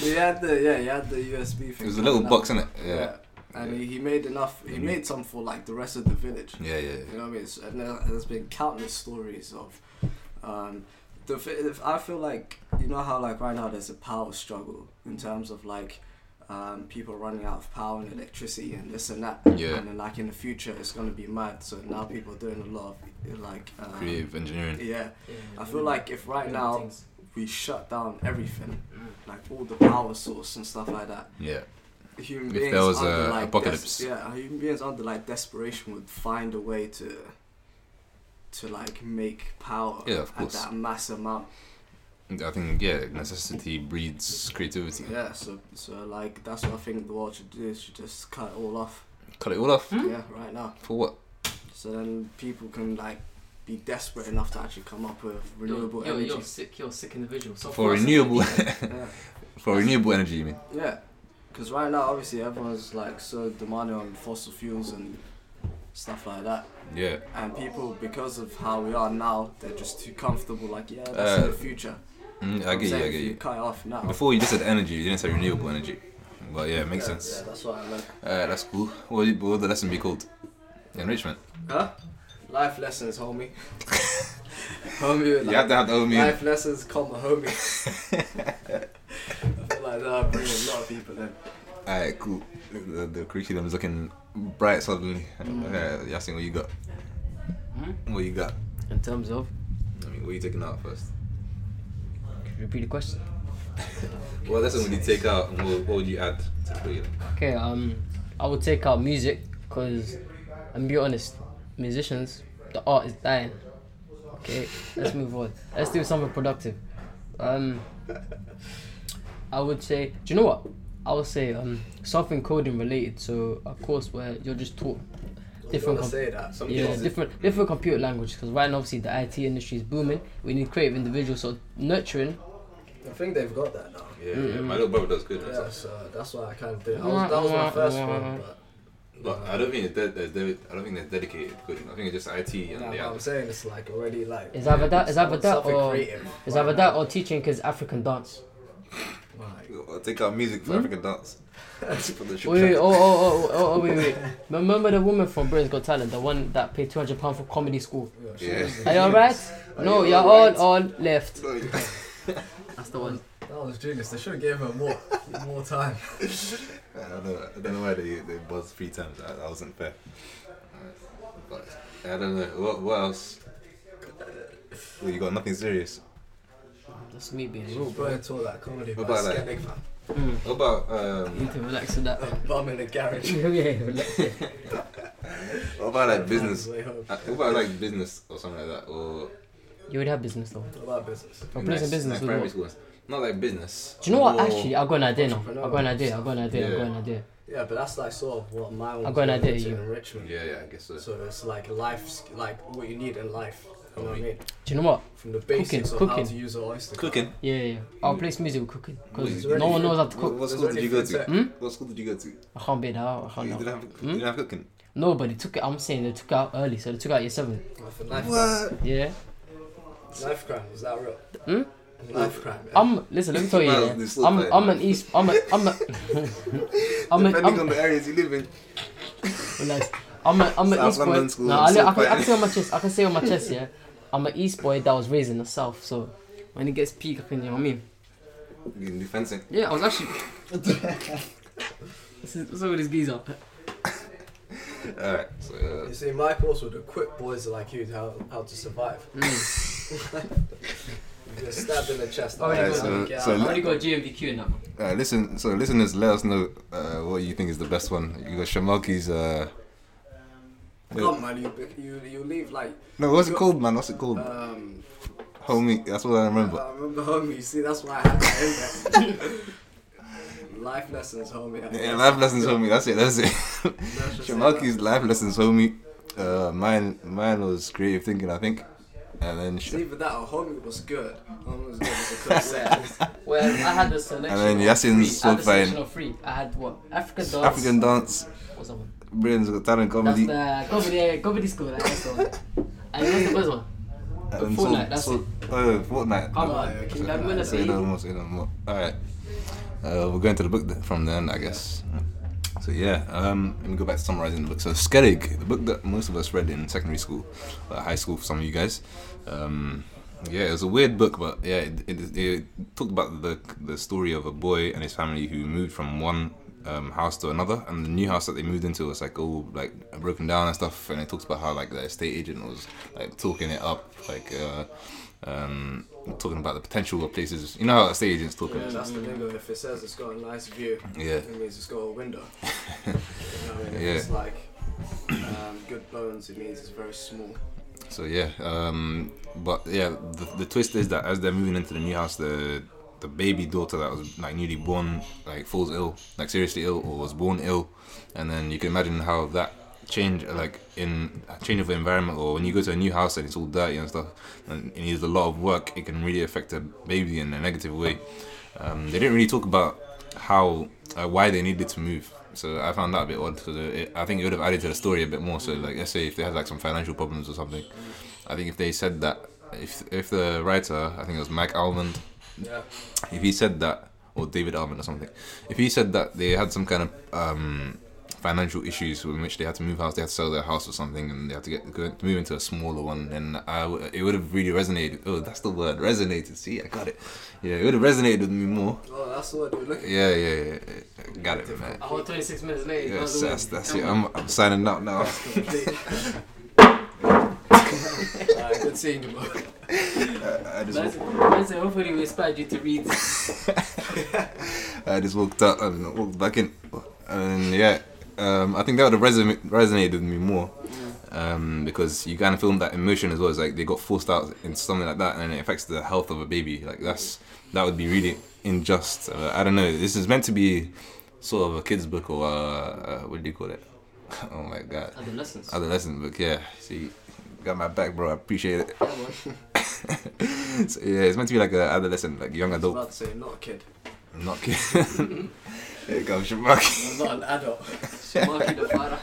Speaker 4: But he had the yeah, he had the USB
Speaker 6: uh, it
Speaker 4: thing.
Speaker 6: was a little
Speaker 4: coming out.
Speaker 6: box in it. Yeah.
Speaker 4: Yeah. And he, he made enough. He made some for like the rest of the village.
Speaker 6: Yeah, yeah.
Speaker 4: You know what I mean? So, and there- there's been countless stories of. Um, the, f- if I feel like you know how like right now there's a power struggle in terms of like um, people running out of power and electricity and this and that.
Speaker 6: Yeah.
Speaker 4: And then like in the future it's gonna be mad. So now people are doing a lot of like. Um,
Speaker 6: Creative engineering.
Speaker 4: Yeah.
Speaker 5: Yeah,
Speaker 4: I
Speaker 5: yeah,
Speaker 4: feel like if right
Speaker 5: yeah,
Speaker 4: now
Speaker 5: things.
Speaker 4: we shut down everything, like all the power source and stuff like that,
Speaker 6: Yeah.
Speaker 4: human
Speaker 6: If
Speaker 4: beings
Speaker 6: there was
Speaker 4: under
Speaker 6: a
Speaker 4: like
Speaker 6: apocalypse.
Speaker 4: des- yeah, human beings under like desperation would find a way to to like make power
Speaker 6: Yeah, of
Speaker 4: at
Speaker 6: course.
Speaker 4: that mass amount.
Speaker 6: I think yeah, necessity breeds creativity.
Speaker 4: Yeah, so so like that's what I think the world should do is should just cut it all off.
Speaker 6: Cut it all off
Speaker 4: Yeah, right now.
Speaker 6: for what?
Speaker 4: So then people can like be desperate enough to actually come up with renewable
Speaker 5: yo, yo,
Speaker 4: energy.
Speaker 5: You're sick. You're sick individual. So
Speaker 6: For
Speaker 5: us, it's
Speaker 4: (laughs)
Speaker 6: renewable.
Speaker 5: gonna be-
Speaker 4: Yeah.
Speaker 6: (laughs) for renewable energy, you mean?
Speaker 4: Yeah, because right now, obviously, everyone's like so demanding on fossil fuels and stuff like that.
Speaker 6: Yeah.
Speaker 4: And people, because of how we are now, they're just too comfortable. Like, yeah, that's in
Speaker 6: Uh,
Speaker 4: the future.
Speaker 6: Mm, I
Speaker 4: I'm
Speaker 6: get you.
Speaker 4: saying
Speaker 6: I
Speaker 4: if
Speaker 6: get you.
Speaker 4: Cut it off now.
Speaker 6: Before you just said energy, you didn't say renewable energy. But yeah, it makes
Speaker 4: yeah,
Speaker 6: sense.
Speaker 4: Yeah, that's what I meant.
Speaker 6: Alright, that's cool. What would, what would the lesson be called? Enrichment.
Speaker 4: Huh? Life lessons,
Speaker 6: (laughs)
Speaker 4: homie. homie, like,
Speaker 6: you have to have the old meal.
Speaker 4: life lessons, comma,
Speaker 6: (laughs)
Speaker 4: homie. I feel like that bring a lot of people in.
Speaker 6: Alright, cool. The, the curriculum is looking bright suddenly. Alright, Yasin, what you got? What you got?
Speaker 5: In terms of,
Speaker 6: I mean, what you taking out first?
Speaker 5: could you repeat the question.
Speaker 6: What lesson would you take out and what, what would you add to the curriculum?
Speaker 5: Okay, um, I would take out music because, and be honest, musicians, the art is dying. Okay, let's move on. Let's do something productive. Um, I would say, do you know what? I would say um something coding related. So a course where you're just taught different.
Speaker 4: Gotta
Speaker 5: com-
Speaker 4: say that. Some
Speaker 5: yeah,
Speaker 4: kids-
Speaker 5: different different computer language because right now obviously the IT industry is booming. We need creative individuals, so nurturing.
Speaker 4: I think they've got that now.
Speaker 6: Yeah, yeah, my little brother does good. in that
Speaker 4: Yeah,
Speaker 6: stuff.
Speaker 4: so that's why I kind of did. it. I was, that was my first one, but
Speaker 6: But I don't think it's de- there's de- I don't think they're dedicated good. I think it's just IT and
Speaker 4: nah,
Speaker 6: the
Speaker 4: but I'm
Speaker 6: others.
Speaker 4: saying it's like already like.
Speaker 5: Is either that is either that
Speaker 4: something
Speaker 5: or is
Speaker 4: creative.
Speaker 5: either that or teaching kids African dance.
Speaker 4: Like,
Speaker 6: I'll take out music for African dance. Put the shit
Speaker 5: Hmm? (laughs) Wait, wait,
Speaker 6: back.
Speaker 5: oh, oh, oh, oh, oh, wait, wait. Remember the woman from Britain's Got Talent, the one that paid two hundred pound for comedy school.
Speaker 6: Yeah.
Speaker 5: Are
Speaker 6: (laughs)
Speaker 5: you alright? No, you're all all left. That's the one.
Speaker 4: that was genius. They should have gave her more, (laughs) more time.
Speaker 6: I don't know. I don't know why they, they buzzed three times. That, that wasn't fair. But I don't know. What, what else? Well, you got nothing serious.
Speaker 5: That's me being
Speaker 4: We'll
Speaker 5: rude.
Speaker 4: go into all that comedy
Speaker 6: What
Speaker 4: about
Speaker 6: about that?
Speaker 4: Skeptic man.
Speaker 6: What about
Speaker 5: You
Speaker 6: um?
Speaker 5: need to relax
Speaker 6: (laughs)
Speaker 5: with that.
Speaker 4: Bum in
Speaker 5: (laughs)
Speaker 4: the garage.
Speaker 5: yeah, relax.
Speaker 6: What about like business?
Speaker 4: On his way home.
Speaker 6: Uh, What about like business or something like that? Or
Speaker 5: You would have business though.
Speaker 4: What about business?
Speaker 5: Or place in business
Speaker 6: like
Speaker 5: with
Speaker 6: primary
Speaker 5: what?
Speaker 6: schools. Not like business.
Speaker 5: Do you know what?
Speaker 6: More-
Speaker 5: Actually, I've got an idea now. I've got an idea. I've got an idea. I've got an
Speaker 6: Yeah.
Speaker 5: idea.
Speaker 4: Yeah, but that's like sort of what my one.
Speaker 5: I've got an idea, you-
Speaker 4: Enrichment.
Speaker 6: Yeah, yeah, I guess so.
Speaker 4: So it's like life, sk- like what you need in life. You know what I mean?
Speaker 5: Do you know what?
Speaker 4: From the basics of how
Speaker 5: cooking.
Speaker 4: to use an oyster.
Speaker 6: Cooking.
Speaker 5: Yeah, yeah. yeah. I'll place music with cooking because
Speaker 6: It's
Speaker 5: no
Speaker 4: already-
Speaker 5: one knows how to
Speaker 6: What,
Speaker 5: cook.
Speaker 6: what school did you go to?
Speaker 4: Hmm?
Speaker 6: What school did you go to? You
Speaker 5: I can't be that. I can't.
Speaker 6: didn't
Speaker 5: know.
Speaker 6: have, you didn't have cooking.
Speaker 5: No, but they took it. I'm saying they took it out early, so they took out year seven.
Speaker 4: card. For life,
Speaker 5: Yeah.
Speaker 4: life crime is that real? Life crime. Yeah.
Speaker 5: Hmm? I'm listen. Let
Speaker 6: (laughs)
Speaker 5: me tell you.
Speaker 6: Well, this
Speaker 5: yeah. I'm
Speaker 6: looks like-
Speaker 5: I'm an East. I'm a, I'm a, (laughs) I'm a,
Speaker 6: Depending
Speaker 5: I'm,
Speaker 6: on the areas you live in.
Speaker 5: (laughs) relax. I'm a, I'm an
Speaker 6: South
Speaker 5: East boy.
Speaker 6: London school,
Speaker 5: no, I,
Speaker 6: I'm
Speaker 5: li-
Speaker 6: so
Speaker 5: I, can, I
Speaker 6: fine.
Speaker 5: can say on my chest. I can say on my chest. Yeah, I'm an East boy that was raised in the South. So when it gets peak, I think you know what I mean.
Speaker 6: You can do fencing.
Speaker 5: Yeah, I was actually. (laughs) This is- What's up with this geezer?
Speaker 6: Alright, so uh,
Speaker 4: You see, my course would equip boys like you to how, how to survive.
Speaker 5: Mm.
Speaker 4: (laughs) you get stabbed in the chest.
Speaker 5: Alriady
Speaker 4: how
Speaker 5: got-
Speaker 4: do you get
Speaker 6: so-
Speaker 4: out?
Speaker 5: I already got GMVQ in that one.
Speaker 6: Uh, listen, so listeners, let us know uh, what you think is the best one. You got Shamaki's. Uh,
Speaker 4: Come on, man, you, bec- you, you leave like,
Speaker 6: no, what's it called, man? What's it called?
Speaker 4: um,
Speaker 6: Homie, that's what I remember.
Speaker 4: I remember homie, you see, that's why I had that in there. Life lessons, homie. I guess.
Speaker 6: Yeah, life lessons, homie. That's it. That's it.
Speaker 4: Let's just say
Speaker 6: Shamaki's life lessons, homie. Uh, mine, mine was creative thinking, I think. and then
Speaker 4: It's
Speaker 6: sh-
Speaker 4: either that or Hung was good. Hung was good as a cook (laughs)
Speaker 6: (laughs)
Speaker 4: said.
Speaker 5: Well, I had a selection.
Speaker 6: And then
Speaker 5: of
Speaker 6: Yassin's
Speaker 5: three. I had a
Speaker 6: Solfaing.
Speaker 5: selection of three. I had what? African dance.
Speaker 6: African dance,
Speaker 5: What's that one?
Speaker 6: Britain's Got
Speaker 5: That's
Speaker 6: Talent comedy,
Speaker 5: the comedy, comedy school. Like, that's the one. And what's the first one?
Speaker 6: and then
Speaker 5: Fortnite, that's
Speaker 6: Salt, Um, Oh, Fortnite.
Speaker 5: Come on,
Speaker 6: So,
Speaker 5: King I'm gonna
Speaker 6: say
Speaker 5: say.
Speaker 6: no more, say no more. All right. Uh, we're going to the book th- from then, I guess. So yeah, um, let me go back to summarizing the book. So Skellig, the book that most of us read in secondary school, uh, high school for some of you guys. Um, yeah, it was a weird book, but yeah, it, it, it talked about the the story of a boy and his family who moved from one um, house to another, and the new house that they moved into was like all like broken down and stuff. And it talks about how like the estate agent was like talking it up, like uh, um, talking about the potential of places. You know how estate agents talk.
Speaker 4: yeah, that's the lingo. If it says it's got a nice view,
Speaker 6: Yeah.
Speaker 4: it means it's got a window.
Speaker 6: (laughs)
Speaker 4: you know what I mean? If
Speaker 6: Yeah.
Speaker 4: It's like um, good bones. It means it's very small.
Speaker 6: So yeah, um, but yeah, the, the twist is that as they're moving into the new house, the the baby daughter that was like newly born like falls ill, like seriously ill, or was born ill, and then you can imagine how that change like in a change of environment or when you go to a new house and it's all dirty and stuff and it needs a lot of work it can really affect a baby in a negative way um, they didn't really talk about how uh, why they needed to move. So I found that a bit odd. So the- it, I think it would have added to the story a bit more. So like, let's say if they had like some financial problems or something, I think if they said that, if if the writer, I think it was Mike Almond,
Speaker 4: Yeah.
Speaker 6: if he said that, or David Almond or something, if he said that they had some kind of um, financial issues in which they had to move house, they had to sell their house or something, and they had to get go, move into a smaller one, then I w- it would have really resonated. Oh, that's the word, resonated. See, I got it. Yeah, it would have resonated with me more.
Speaker 4: Oh, that's the word. Dude. Look at
Speaker 6: Yeah, yeah, yeah, yeah. Got it, man.
Speaker 5: A whole 26 minutes later. it's
Speaker 6: Yes,
Speaker 5: not the
Speaker 6: that's,
Speaker 5: way.
Speaker 6: that's it. I'm, I'm signing out now. (laughs)
Speaker 4: uh, good seeing you, bro.
Speaker 6: I just,
Speaker 5: That's,
Speaker 6: walked,
Speaker 5: that's it. Hopefully, we inspired you to read. (laughs)
Speaker 6: I just walked out and walked back in, and yeah, um, I think that would have reson- resonated with me more, um, because you kind of feel that emotion as well. It's like they got forced out into something like that, and it affects the health of a baby. Like that's that would be really unjust. Uh, I don't know. This is meant to be sort of a kids' book or uh, uh, what do you call it? (laughs) oh my god.
Speaker 5: Adolescence.
Speaker 6: adolescent book. Yeah, see, got my back, bro. I appreciate it.
Speaker 5: Yeah, man.
Speaker 6: (laughs) So, yeah, it's meant to be like an adolescent, like young
Speaker 4: I was
Speaker 6: adult.
Speaker 4: about to say, not a kid.
Speaker 6: Not kidding. (laughs) Here comes Shamaki.
Speaker 4: I'm not an adult. (laughs)
Speaker 5: Marky the father.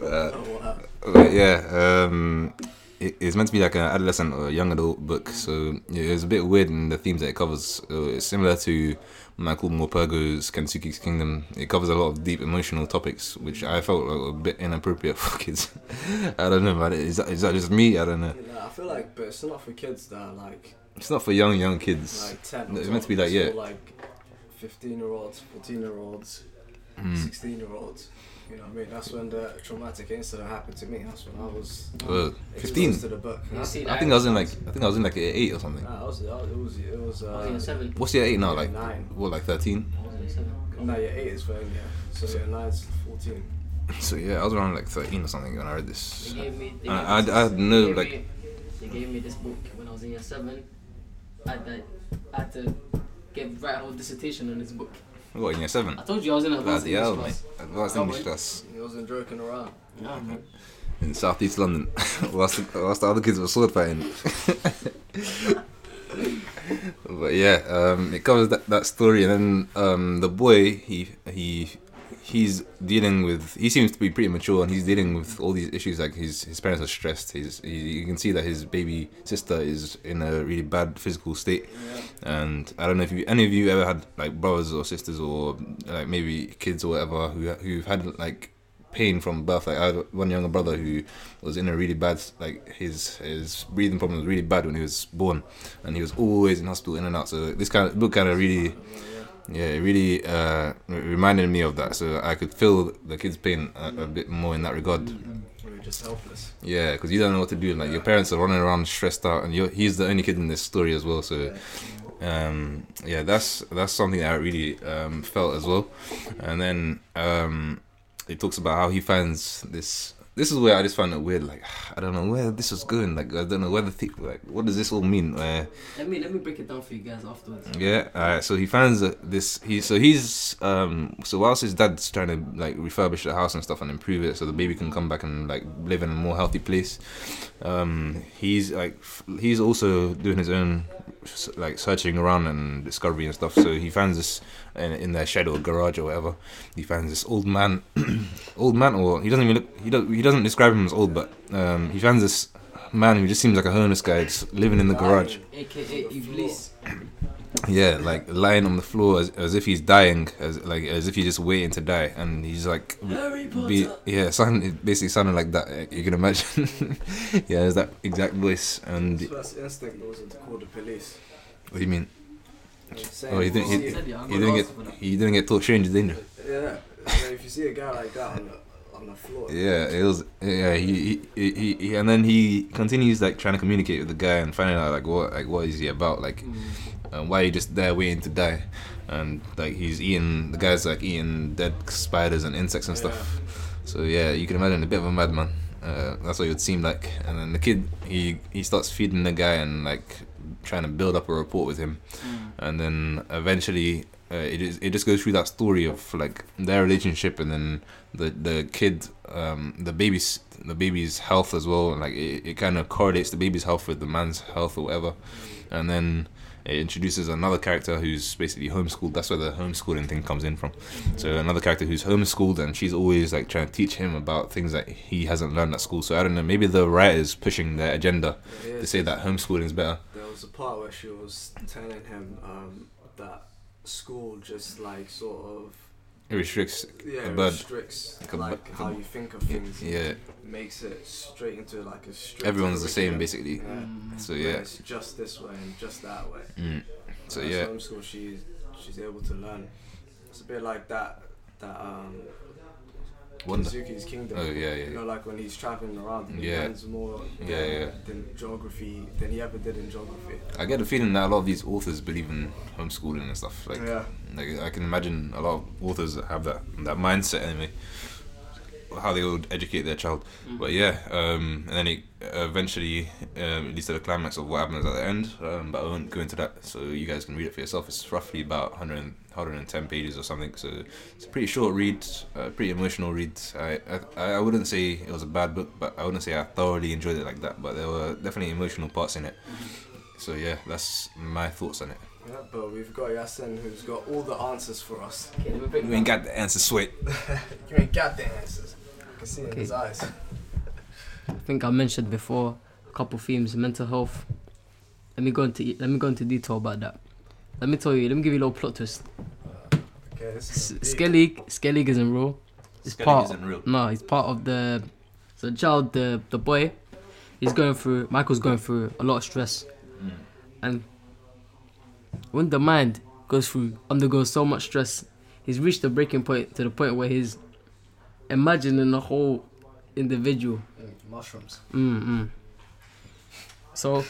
Speaker 6: Uh,
Speaker 4: Oh, wow.
Speaker 6: but yeah, um, it, it's meant to be like an adolescent or young adult book. So yeah, it's a bit weird in the themes that it covers. Uh, it's similar to Michael Morpurgo's Kensuke's Kingdom. It covers a lot of deep emotional topics, which I felt were a bit inappropriate (laughs) for kids. I don't know, man. Is that, is that just me? I don't know.
Speaker 4: You know, I feel like, but it's not for kids that are like
Speaker 6: It's not for young, young kids.
Speaker 4: like ten.
Speaker 6: No,
Speaker 4: or
Speaker 6: it's meant to be like,
Speaker 4: 12,
Speaker 6: yeah.
Speaker 4: it's for, like fifteen year olds, fourteen year olds,
Speaker 6: Hmm.
Speaker 4: sixteen year olds. You know what I mean? That's when the traumatic incident happened to me. That's when I was
Speaker 6: Well,
Speaker 4: exposed
Speaker 6: 15.
Speaker 4: to the book.
Speaker 5: You see that?
Speaker 6: uh, I think I was in like I think I was in like year eight or something.
Speaker 5: Ah.
Speaker 4: Nah, I was, I was, it was, it was.
Speaker 5: I was in
Speaker 4: Uh,
Speaker 5: Oh, seven.
Speaker 6: What's year eight now? Like
Speaker 4: Nine.
Speaker 6: what, like thirteen? (laughs)
Speaker 5: I was in seven.
Speaker 4: no, your eight is when yeah. So your nine's fourteen.
Speaker 6: So yeah, I was around like thirteen or something when I read
Speaker 5: They
Speaker 6: this.
Speaker 5: gave me. They gave
Speaker 6: I-
Speaker 5: me
Speaker 6: I- I
Speaker 5: this-
Speaker 6: know,
Speaker 5: they gave
Speaker 6: like-
Speaker 5: me- They gave me this book when I was in year seven. I had to, I had to give write a whole dissertation on this book.
Speaker 6: What in year seven?
Speaker 5: I told you I was in advanced
Speaker 6: Bloody hell,
Speaker 5: English
Speaker 6: mate.
Speaker 5: class.
Speaker 6: Advanced
Speaker 4: Oh,
Speaker 6: English
Speaker 4: wait.
Speaker 6: class
Speaker 4: It wasn't joking around.
Speaker 5: Nah, man.
Speaker 6: in Southeast London. (laughs) whilst, whilst the other kids were sword fighting. (laughs) but yeah, um, it covers that, that story, and then um, the boy he he he's dealing with. He seems to be pretty mature, and he's dealing with all these issues. Like his his parents are stressed. He's he, you can see that his baby sister is in a really bad physical state, and I don't know if you, any of you ever had like brothers or sisters or like maybe kids or whatever who who've had like pain from birth. Like I had one younger brother who was in a really bad like his his breathing problem was really bad when he was born, and he was always in hospital in and out. So this kind of book kind of really, yeah, it really uh, re- reminded me of that. So I could feel the kid's pain a, a bit more in that regard.
Speaker 4: We were just helpless.
Speaker 6: Yeah, because you don't know what to do. Like your parents are running around stressed out, and you're, he's the only kid in this story as well. So, um, yeah, that's that's something that I really um, felt as well. And then um, it talks about how he finds this this is where I just found it weird. Like, (sighs) I don't know where this was going. Like, I don't know where the thi- like, what does this all mean? Uh,
Speaker 5: Let me let me break it down for you guys afterwards.
Speaker 6: yeah. All right. So he finds uh, this. He so he's um. So whilst his dad's trying to like refurbish the house and stuff and improve it so the baby can come back and like live in a more healthy place, um, he's like f- he's also doing his own s- like searching around and discovery and stuff. So he finds this in, in their shed or garage or whatever. He finds this old man, (clears throat) old man, or he doesn't even look. He does. He doesn't describe him as old, but um, he finds this man who just seems like a homeless guy, just living in the garage.
Speaker 5: AKA Iblis.
Speaker 6: Yeah, like lying on the floor as, as if he's dying, as like as if he's just waiting to die, and he's like,
Speaker 5: Harry Potter.
Speaker 6: be, yeah, sound, it basically sounded like that. eh, You can imagine. (laughs) yeah, it's that exact voice. And
Speaker 4: His first instinct wasn't to call the police.
Speaker 6: what do you mean?
Speaker 4: Saying,
Speaker 6: Oh, he didn't. He,
Speaker 5: he said, yeah, I'm
Speaker 6: he
Speaker 5: gonna
Speaker 6: didn't
Speaker 5: ask for
Speaker 6: get.
Speaker 5: that.
Speaker 6: He didn't get taught change, did he?
Speaker 4: yeah, I mean, if you see a guy like that on the, on the floor,
Speaker 6: Yeah, it was. Yeah, he, he, he, he, and then he continues like trying to communicate with the guy and finding out like what, like what is he about, like, and why he just there waiting to die, and like he's eating. The guy's like eating dead spiders and insects and stuff. So yeah, you can imagine a bit of a madman. Uh, that's what he would seem like. And then the kid, he he starts feeding the guy and like trying to build up a rapport with him, and then eventually. Uh, it, is, it just goes through that story of like their relationship and then the the kid um the baby's the baby's health as well and like it, it kind of correlates the baby's health with the man's health or whatever and then it introduces another character who's basically homeschooled that's where the homeschooling thing comes in from so another character who's homeschooled and she's always like trying to teach him about things that he hasn't learned at school so i don't know maybe the writers pushing their agenda
Speaker 4: Yeah,
Speaker 6: to say that homeschooling is better
Speaker 4: There was a part where she was telling him um, that school just like sort of
Speaker 6: it restricts
Speaker 4: yeah
Speaker 6: a bird
Speaker 4: restricts
Speaker 6: Like
Speaker 4: like,
Speaker 6: a bu-
Speaker 4: how you think of things. and
Speaker 6: yeah
Speaker 4: makes it straight into like a strict.
Speaker 6: everyone's the same
Speaker 4: curriculum.
Speaker 6: basically
Speaker 4: Yeah. Mm.
Speaker 6: so
Speaker 4: Where
Speaker 6: yeah
Speaker 4: It's just this way and just that way.
Speaker 6: mm. so
Speaker 4: Whereas
Speaker 6: yeah
Speaker 4: Homeschool, she's she's able to learn. It's a bit like that that um,
Speaker 6: wonder
Speaker 4: Suzuki's Kingdom.
Speaker 6: Oh, yeah, yeah,
Speaker 4: You know, like when he's traveling around, and
Speaker 6: Yeah.
Speaker 4: he learns more
Speaker 6: Yeah,
Speaker 4: than,
Speaker 6: yeah.
Speaker 4: than geography than he ever did in geography.
Speaker 6: I get the feeling that a lot of these authors believe in homeschooling and stuff. Like,
Speaker 4: Yeah.
Speaker 6: like I can imagine a lot of authors that have that that mindset anyway. How they would educate their child, but yeah, um, and then it eventually um, it leads to the climax of what happens at the end. Um, but I won't go into that, so you guys can read it for yourself. It's roughly about 100, and- 110 pages or something, so it's a pretty short read, uh, pretty emotional read. I, I I wouldn't say it was a bad book, but I wouldn't say I thoroughly enjoyed it like that. But there were definitely emotional parts in it. So yeah, that's my thoughts on it.
Speaker 4: Yeah, but we've got Yasin who's got all the answers for us.
Speaker 5: Okay, let me break
Speaker 6: We
Speaker 5: it
Speaker 6: ain't
Speaker 5: down.
Speaker 6: got the answer, sweet.
Speaker 4: You ain't got the answers. I can see it in
Speaker 5: Okay.
Speaker 4: his eyes.
Speaker 5: I think I mentioned before a couple themes, mental health. Let me go into let me go into detail about that. Let me tell you. Let me give you a little plot twist.
Speaker 4: Okay, this is
Speaker 5: S-
Speaker 4: a big-
Speaker 5: Skellig, Skellig isn't real. He's
Speaker 6: Skellig
Speaker 5: part.
Speaker 6: isn't real.
Speaker 5: No, he's part of the. So the child, the the boy, he's going through. Michael's going through a lot of stress,
Speaker 6: Mm.
Speaker 5: and when the mind goes through undergoes so much stress, he's reached a breaking point to the point where he's imagining the whole individual
Speaker 4: Mm, mushrooms.
Speaker 5: Mm-mm. So,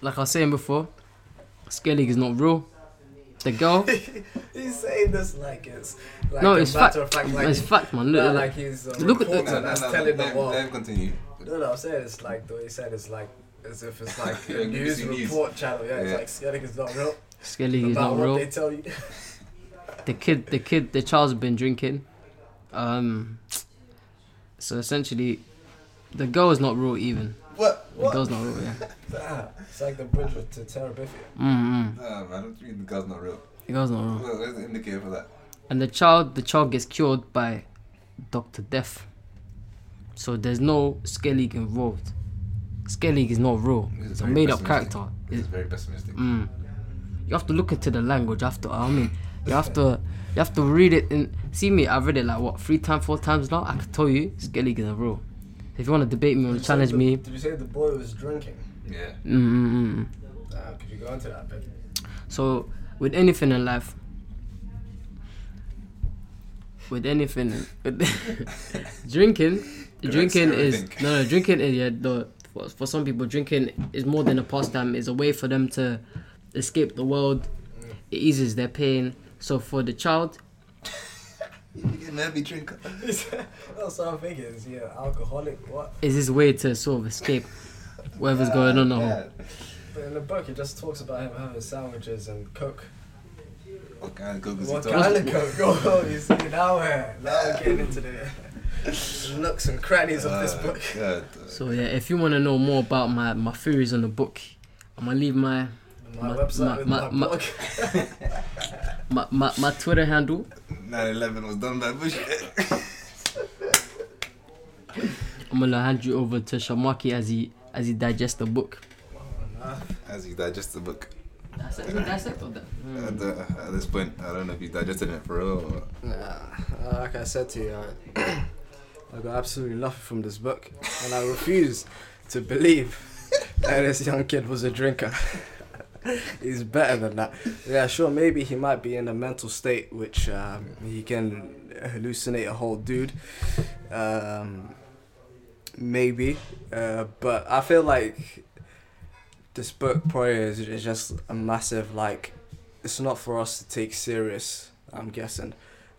Speaker 5: like I was saying before, Skellig is not real. The
Speaker 4: (laughs)
Speaker 5: girl,
Speaker 4: He's saying this like it's like
Speaker 5: no,
Speaker 4: a
Speaker 5: it's fact.
Speaker 4: matter of fact, like
Speaker 5: it's fact, man. Look,
Speaker 4: Not
Speaker 5: look,
Speaker 4: like he's a
Speaker 5: Look at the-
Speaker 4: reporter that's telling them what.
Speaker 6: continue.
Speaker 4: No, no, I'm saying it's like the way he said it's like as if
Speaker 5: (laughs)
Speaker 4: it's like
Speaker 6: Yeah,
Speaker 4: a news
Speaker 6: BBC News.
Speaker 4: report channel. Yeah,
Speaker 6: Yeah.
Speaker 4: it's like Skellig is not real.
Speaker 5: Skellig is
Speaker 4: about
Speaker 5: not
Speaker 4: what they
Speaker 5: real.
Speaker 4: tell you. (laughs)
Speaker 5: The kid, the kid, the child's been drinking. Um. So essentially, the girl is not real even.
Speaker 6: What?
Speaker 5: The girl's not real. Yeah.
Speaker 4: Nah, it's like the bridge with- to Terabithia.
Speaker 5: Mm-mm.
Speaker 6: Nah, man, Um, I don't think the guy's not real.
Speaker 5: The girl's not real.
Speaker 6: Where's the indicator for that?
Speaker 5: And the child, the child gets cured by Doctor Death. So there's no Skellig involved. Skellig is not real. It's a made-up character. It's-
Speaker 6: very pessimistic.
Speaker 5: Mm. You have to look into the language. You have to. I mean, you have to. You have to read it and see me. I've read it like what three times, four times now. I can tell you, Skellig is a rule. If you want to debate me or challenge
Speaker 4: Did you say the-
Speaker 5: me,
Speaker 4: Did you say the boy was drinking?
Speaker 6: Yeah.
Speaker 5: mm, mm, mm, mm.
Speaker 4: Nah, could you go into that bit?
Speaker 5: So with anything in life, with anything, (laughs) with drinking, drinking is
Speaker 6: everything.
Speaker 5: no, no, drinking is yeah. No, for, for some people, drinking is more than a pastime. It's a way for them to escape the world. It eases their pain. So for the child,
Speaker 6: You're getting a heavy drinker.
Speaker 4: That's what I'm thinking. Is he an alcoholic? What?
Speaker 5: Is this way to sort of escape whatever's going on at home?
Speaker 4: But in the book, it just talks about him having sandwiches and coke.
Speaker 6: What kind of coke is he
Speaker 4: What
Speaker 6: talking
Speaker 4: kind of
Speaker 6: about?
Speaker 4: coke? (laughs) Oh, you see, now we're, now we're getting into the nooks and crannies of this
Speaker 6: Uh,
Speaker 4: book.
Speaker 6: God.
Speaker 5: So yeah, if you want to know more about my, my theories on the book, I'm gonna leave my
Speaker 4: My,
Speaker 5: My-
Speaker 4: website
Speaker 5: my-
Speaker 4: with
Speaker 5: my-
Speaker 4: my,
Speaker 5: my-
Speaker 4: blog.
Speaker 5: my, my, my Twitter handle
Speaker 6: 9-11 was done by Bush. (laughs)
Speaker 5: I'm gonna hand you over to Shamaki as he as he digests the book.
Speaker 6: As you digest the book.
Speaker 5: Dissect, dissect or that?
Speaker 6: At, the, uh, at this point, I don't know if you digested it for real or...
Speaker 4: Nah, uh, like I said to you, I, (clears throat) I got absolutely nothing from this book, and I refuse to believe that this young kid was a drinker. (laughs) He's better than that. Yeah, sure, maybe he might be in a mental state which um, he can hallucinate a whole dude. Um, maybe, uh, but I feel like this book probably is, is just a massive like. It's not for us to take serious. I'm guessing.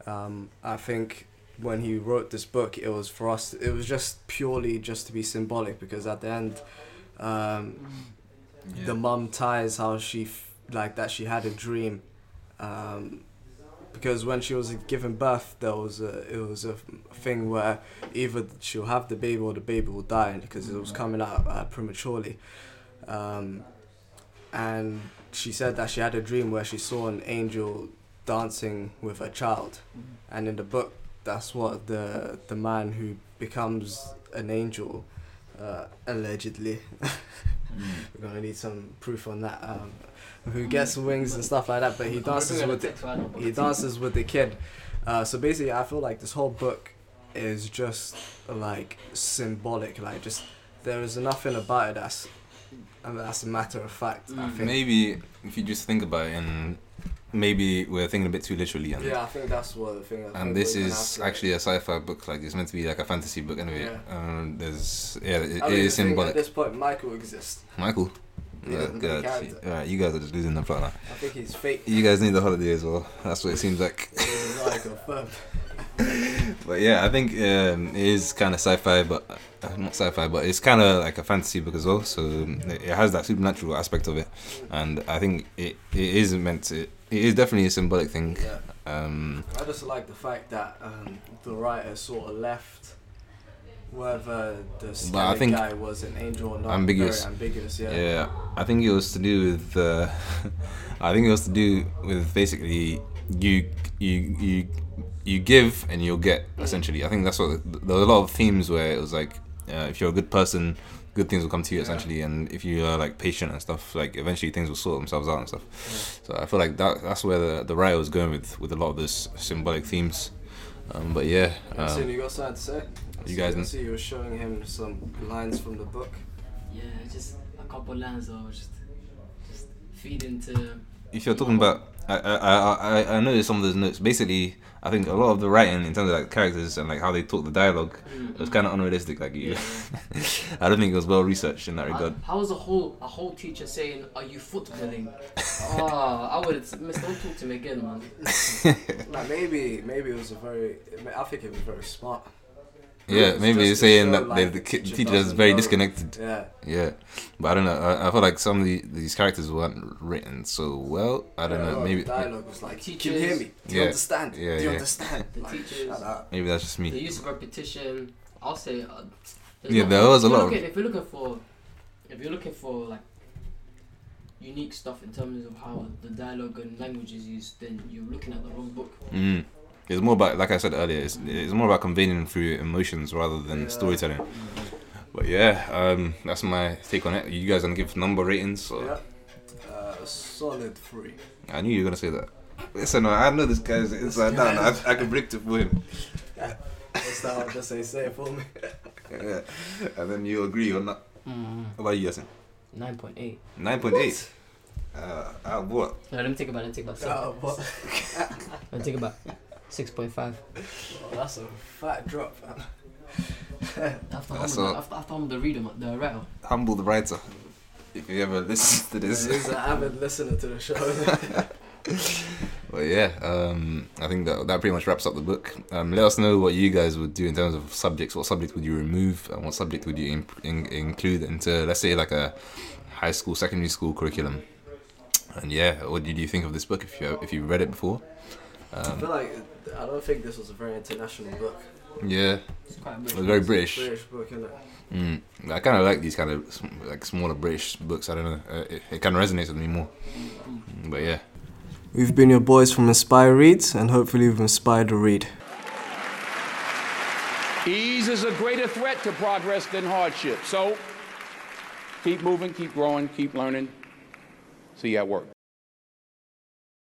Speaker 4: Um, I think when he wrote this book, it was for us. It was just purely just to be symbolic because at the end, um, the mum ties how she f- like that she had a dream, um, because when she was given birth, there was a it was a thing where either she'll have the baby or the baby will die because it was coming out uh, prematurely, um, and she said that she had a dream where she saw an angel dancing with a child, and in the book, that's what the the man who becomes an angel, uh, allegedly. (laughs) We're gonna need some proof on that. Um, who gets wings and stuff like that, but he dances with the, he dances with the kid. Uh, so basically, I feel like this whole book is just like symbolic. Like, just there is nothing about it that's and that's a matter of fact. I
Speaker 6: Mm.
Speaker 4: think.
Speaker 6: Maybe if you just think about it and maybe we're thinking a bit too literally and
Speaker 4: Yeah, I think that's what the thing. I think
Speaker 6: and this
Speaker 4: we're gonna
Speaker 6: is
Speaker 4: have to-
Speaker 6: actually a sci-fi book like it's meant to be like a fantasy book anyway
Speaker 4: Yeah.
Speaker 6: um, there's yeah it,
Speaker 4: I
Speaker 6: it
Speaker 4: mean,
Speaker 6: is
Speaker 4: the thing At
Speaker 6: symbolic
Speaker 4: this point, Michael exists.
Speaker 6: Michael
Speaker 4: Yeah,
Speaker 6: uh,
Speaker 4: the
Speaker 6: God.
Speaker 4: character.
Speaker 6: Alright, you guys are just losing the plot now.
Speaker 4: I think he's fake.
Speaker 6: You guys need a holiday as well. That's what it seems like. (laughs)
Speaker 4: He's not confirmed.
Speaker 6: But yeah, I think um, it is kind of sci-fi, but uh, not sci-fi, but it's kind of like a fantasy book as well. So um, it it has that supernatural aspect of it, and I think it, it is meant to. It is definitely a symbolic thing.
Speaker 4: Yeah.
Speaker 6: Um,
Speaker 4: I just like the fact that um, the writer sort of left whether the
Speaker 6: I
Speaker 4: skinny
Speaker 6: think-
Speaker 4: guy was an angel or not.
Speaker 6: Ambiguous.
Speaker 4: Very ambiguous, yeah.
Speaker 6: yeah, I think it was to do with. Uh, (laughs) I think it was to do with basically you you you you give and you'll get essentially. I think that's what there were a lot of themes where it was like uh, if you're a good person, good things will come to you
Speaker 4: Yeah.
Speaker 6: essentially, and if you are like patient and stuff, like eventually things will sort themselves out and stuff. So I feel like that that's where the, the writer was going with with a lot of those symbolic themes. Um, but yeah,
Speaker 4: so
Speaker 6: um,
Speaker 4: you got something to say? I
Speaker 6: you
Speaker 4: see-
Speaker 6: guys
Speaker 4: I
Speaker 6: n-
Speaker 4: see you were showing him some lines from the book.
Speaker 5: Yeah, just a couple lines or just just feed into.
Speaker 6: if you're talking about I, I, I, I- I noticed some of those notes. Basically, I think a lot of the writing in terms of like characters and like how they talk the dialogue it
Speaker 4: Mm-hmm.
Speaker 6: was kind of unrealistic. Like you, (laughs) I don't think it was well researched in that
Speaker 4: Uh,
Speaker 6: regard.
Speaker 5: How was a whole a whole teacher saying, "Are you (laughs) footballing?" oh, I would have missed. Don't talk to me again, man.
Speaker 4: Like maybe, maybe it was a very. I think it was very smart.
Speaker 6: Yeah,
Speaker 4: It's
Speaker 6: maybe
Speaker 4: just
Speaker 6: it's
Speaker 4: to
Speaker 6: saying
Speaker 4: show,
Speaker 6: that they,
Speaker 4: like,
Speaker 6: the kid,
Speaker 4: teacher
Speaker 6: teacher is
Speaker 4: doesn't
Speaker 6: very
Speaker 4: know.
Speaker 6: disconnected.
Speaker 4: Yeah.
Speaker 6: Yeah, but I don't know. I, I feel like some of the, these characters weren't written so well. I don't
Speaker 4: A lot
Speaker 6: know.
Speaker 4: of
Speaker 6: Maybe
Speaker 4: dialogue was like,
Speaker 5: Teachers-
Speaker 4: "Can you hear me? Do you
Speaker 6: Yeah.
Speaker 4: understand?
Speaker 6: Yeah,
Speaker 4: Do you
Speaker 6: yeah.
Speaker 4: understand?"
Speaker 5: (laughs) The
Speaker 4: Like,
Speaker 5: teachers-
Speaker 4: shut up.
Speaker 6: maybe that's just
Speaker 5: The
Speaker 6: me.
Speaker 5: use of repetition. I'll say. Uh, there's
Speaker 6: Yeah,
Speaker 5: not-
Speaker 6: there was a
Speaker 5: if you're
Speaker 6: lot of-
Speaker 5: Looking, if you're looking for, if you're looking for like unique stuff in terms of how the dialogue and language is used, then you're looking at the wrong book.
Speaker 6: Mm. It's more about, like I said earlier, it's, it's more about conveying through emotions rather than
Speaker 4: Yeah.
Speaker 6: storytelling. But yeah, um, that's my take on it. You guys gonna give number ratings? Or?
Speaker 4: Yeah. Uh, solid three.
Speaker 6: I knew you were gonna say that. Listen, I know this guy's inside down. I, I can predict it for him, (laughs)
Speaker 4: What's that? Just say, say it
Speaker 5: (laughs)
Speaker 4: for me.
Speaker 6: Yeah. and then you agree or not. How about you, Yasin?
Speaker 5: Nine point eight.
Speaker 6: Nine point eight. Uh, out of what?
Speaker 5: No, let me think about it. Let me think about six.
Speaker 4: Oh, what?
Speaker 5: Let me think about six point five.
Speaker 4: Oh, that's a fat drop. man.
Speaker 5: After
Speaker 6: That's
Speaker 5: humble,
Speaker 6: all.
Speaker 5: after, after humble the reader, man, the writer.
Speaker 6: Humble the writer. If you ever listen to
Speaker 4: He's (laughs)
Speaker 6: this,
Speaker 4: an avid listener to the show.
Speaker 6: Well, yeah, um, I think that that pretty much wraps up the book. Um, let us know what you guys would do in terms of subjects. What subject would you remove, and what subject would you in, in, include into, let's say, like a high school, secondary school curriculum? And yeah, what did you think of this book if you if you read it before?
Speaker 4: I feel like I don't think this was a very international book.
Speaker 6: Yeah,
Speaker 5: It's quite
Speaker 6: it
Speaker 5: big.
Speaker 6: was very
Speaker 4: It's a
Speaker 6: British.
Speaker 4: British book, innit?
Speaker 6: Mm. I kind of like these kind of sm- like smaller British books. I don't know. Uh, it, it kind of resonates with me more. Mm, But yeah.
Speaker 4: We've been your boys from Inspire Reads, and hopefully we've inspired to read.
Speaker 1: Ease is a greater threat to progress than hardship. So keep moving, keep growing, keep learning. See you at work.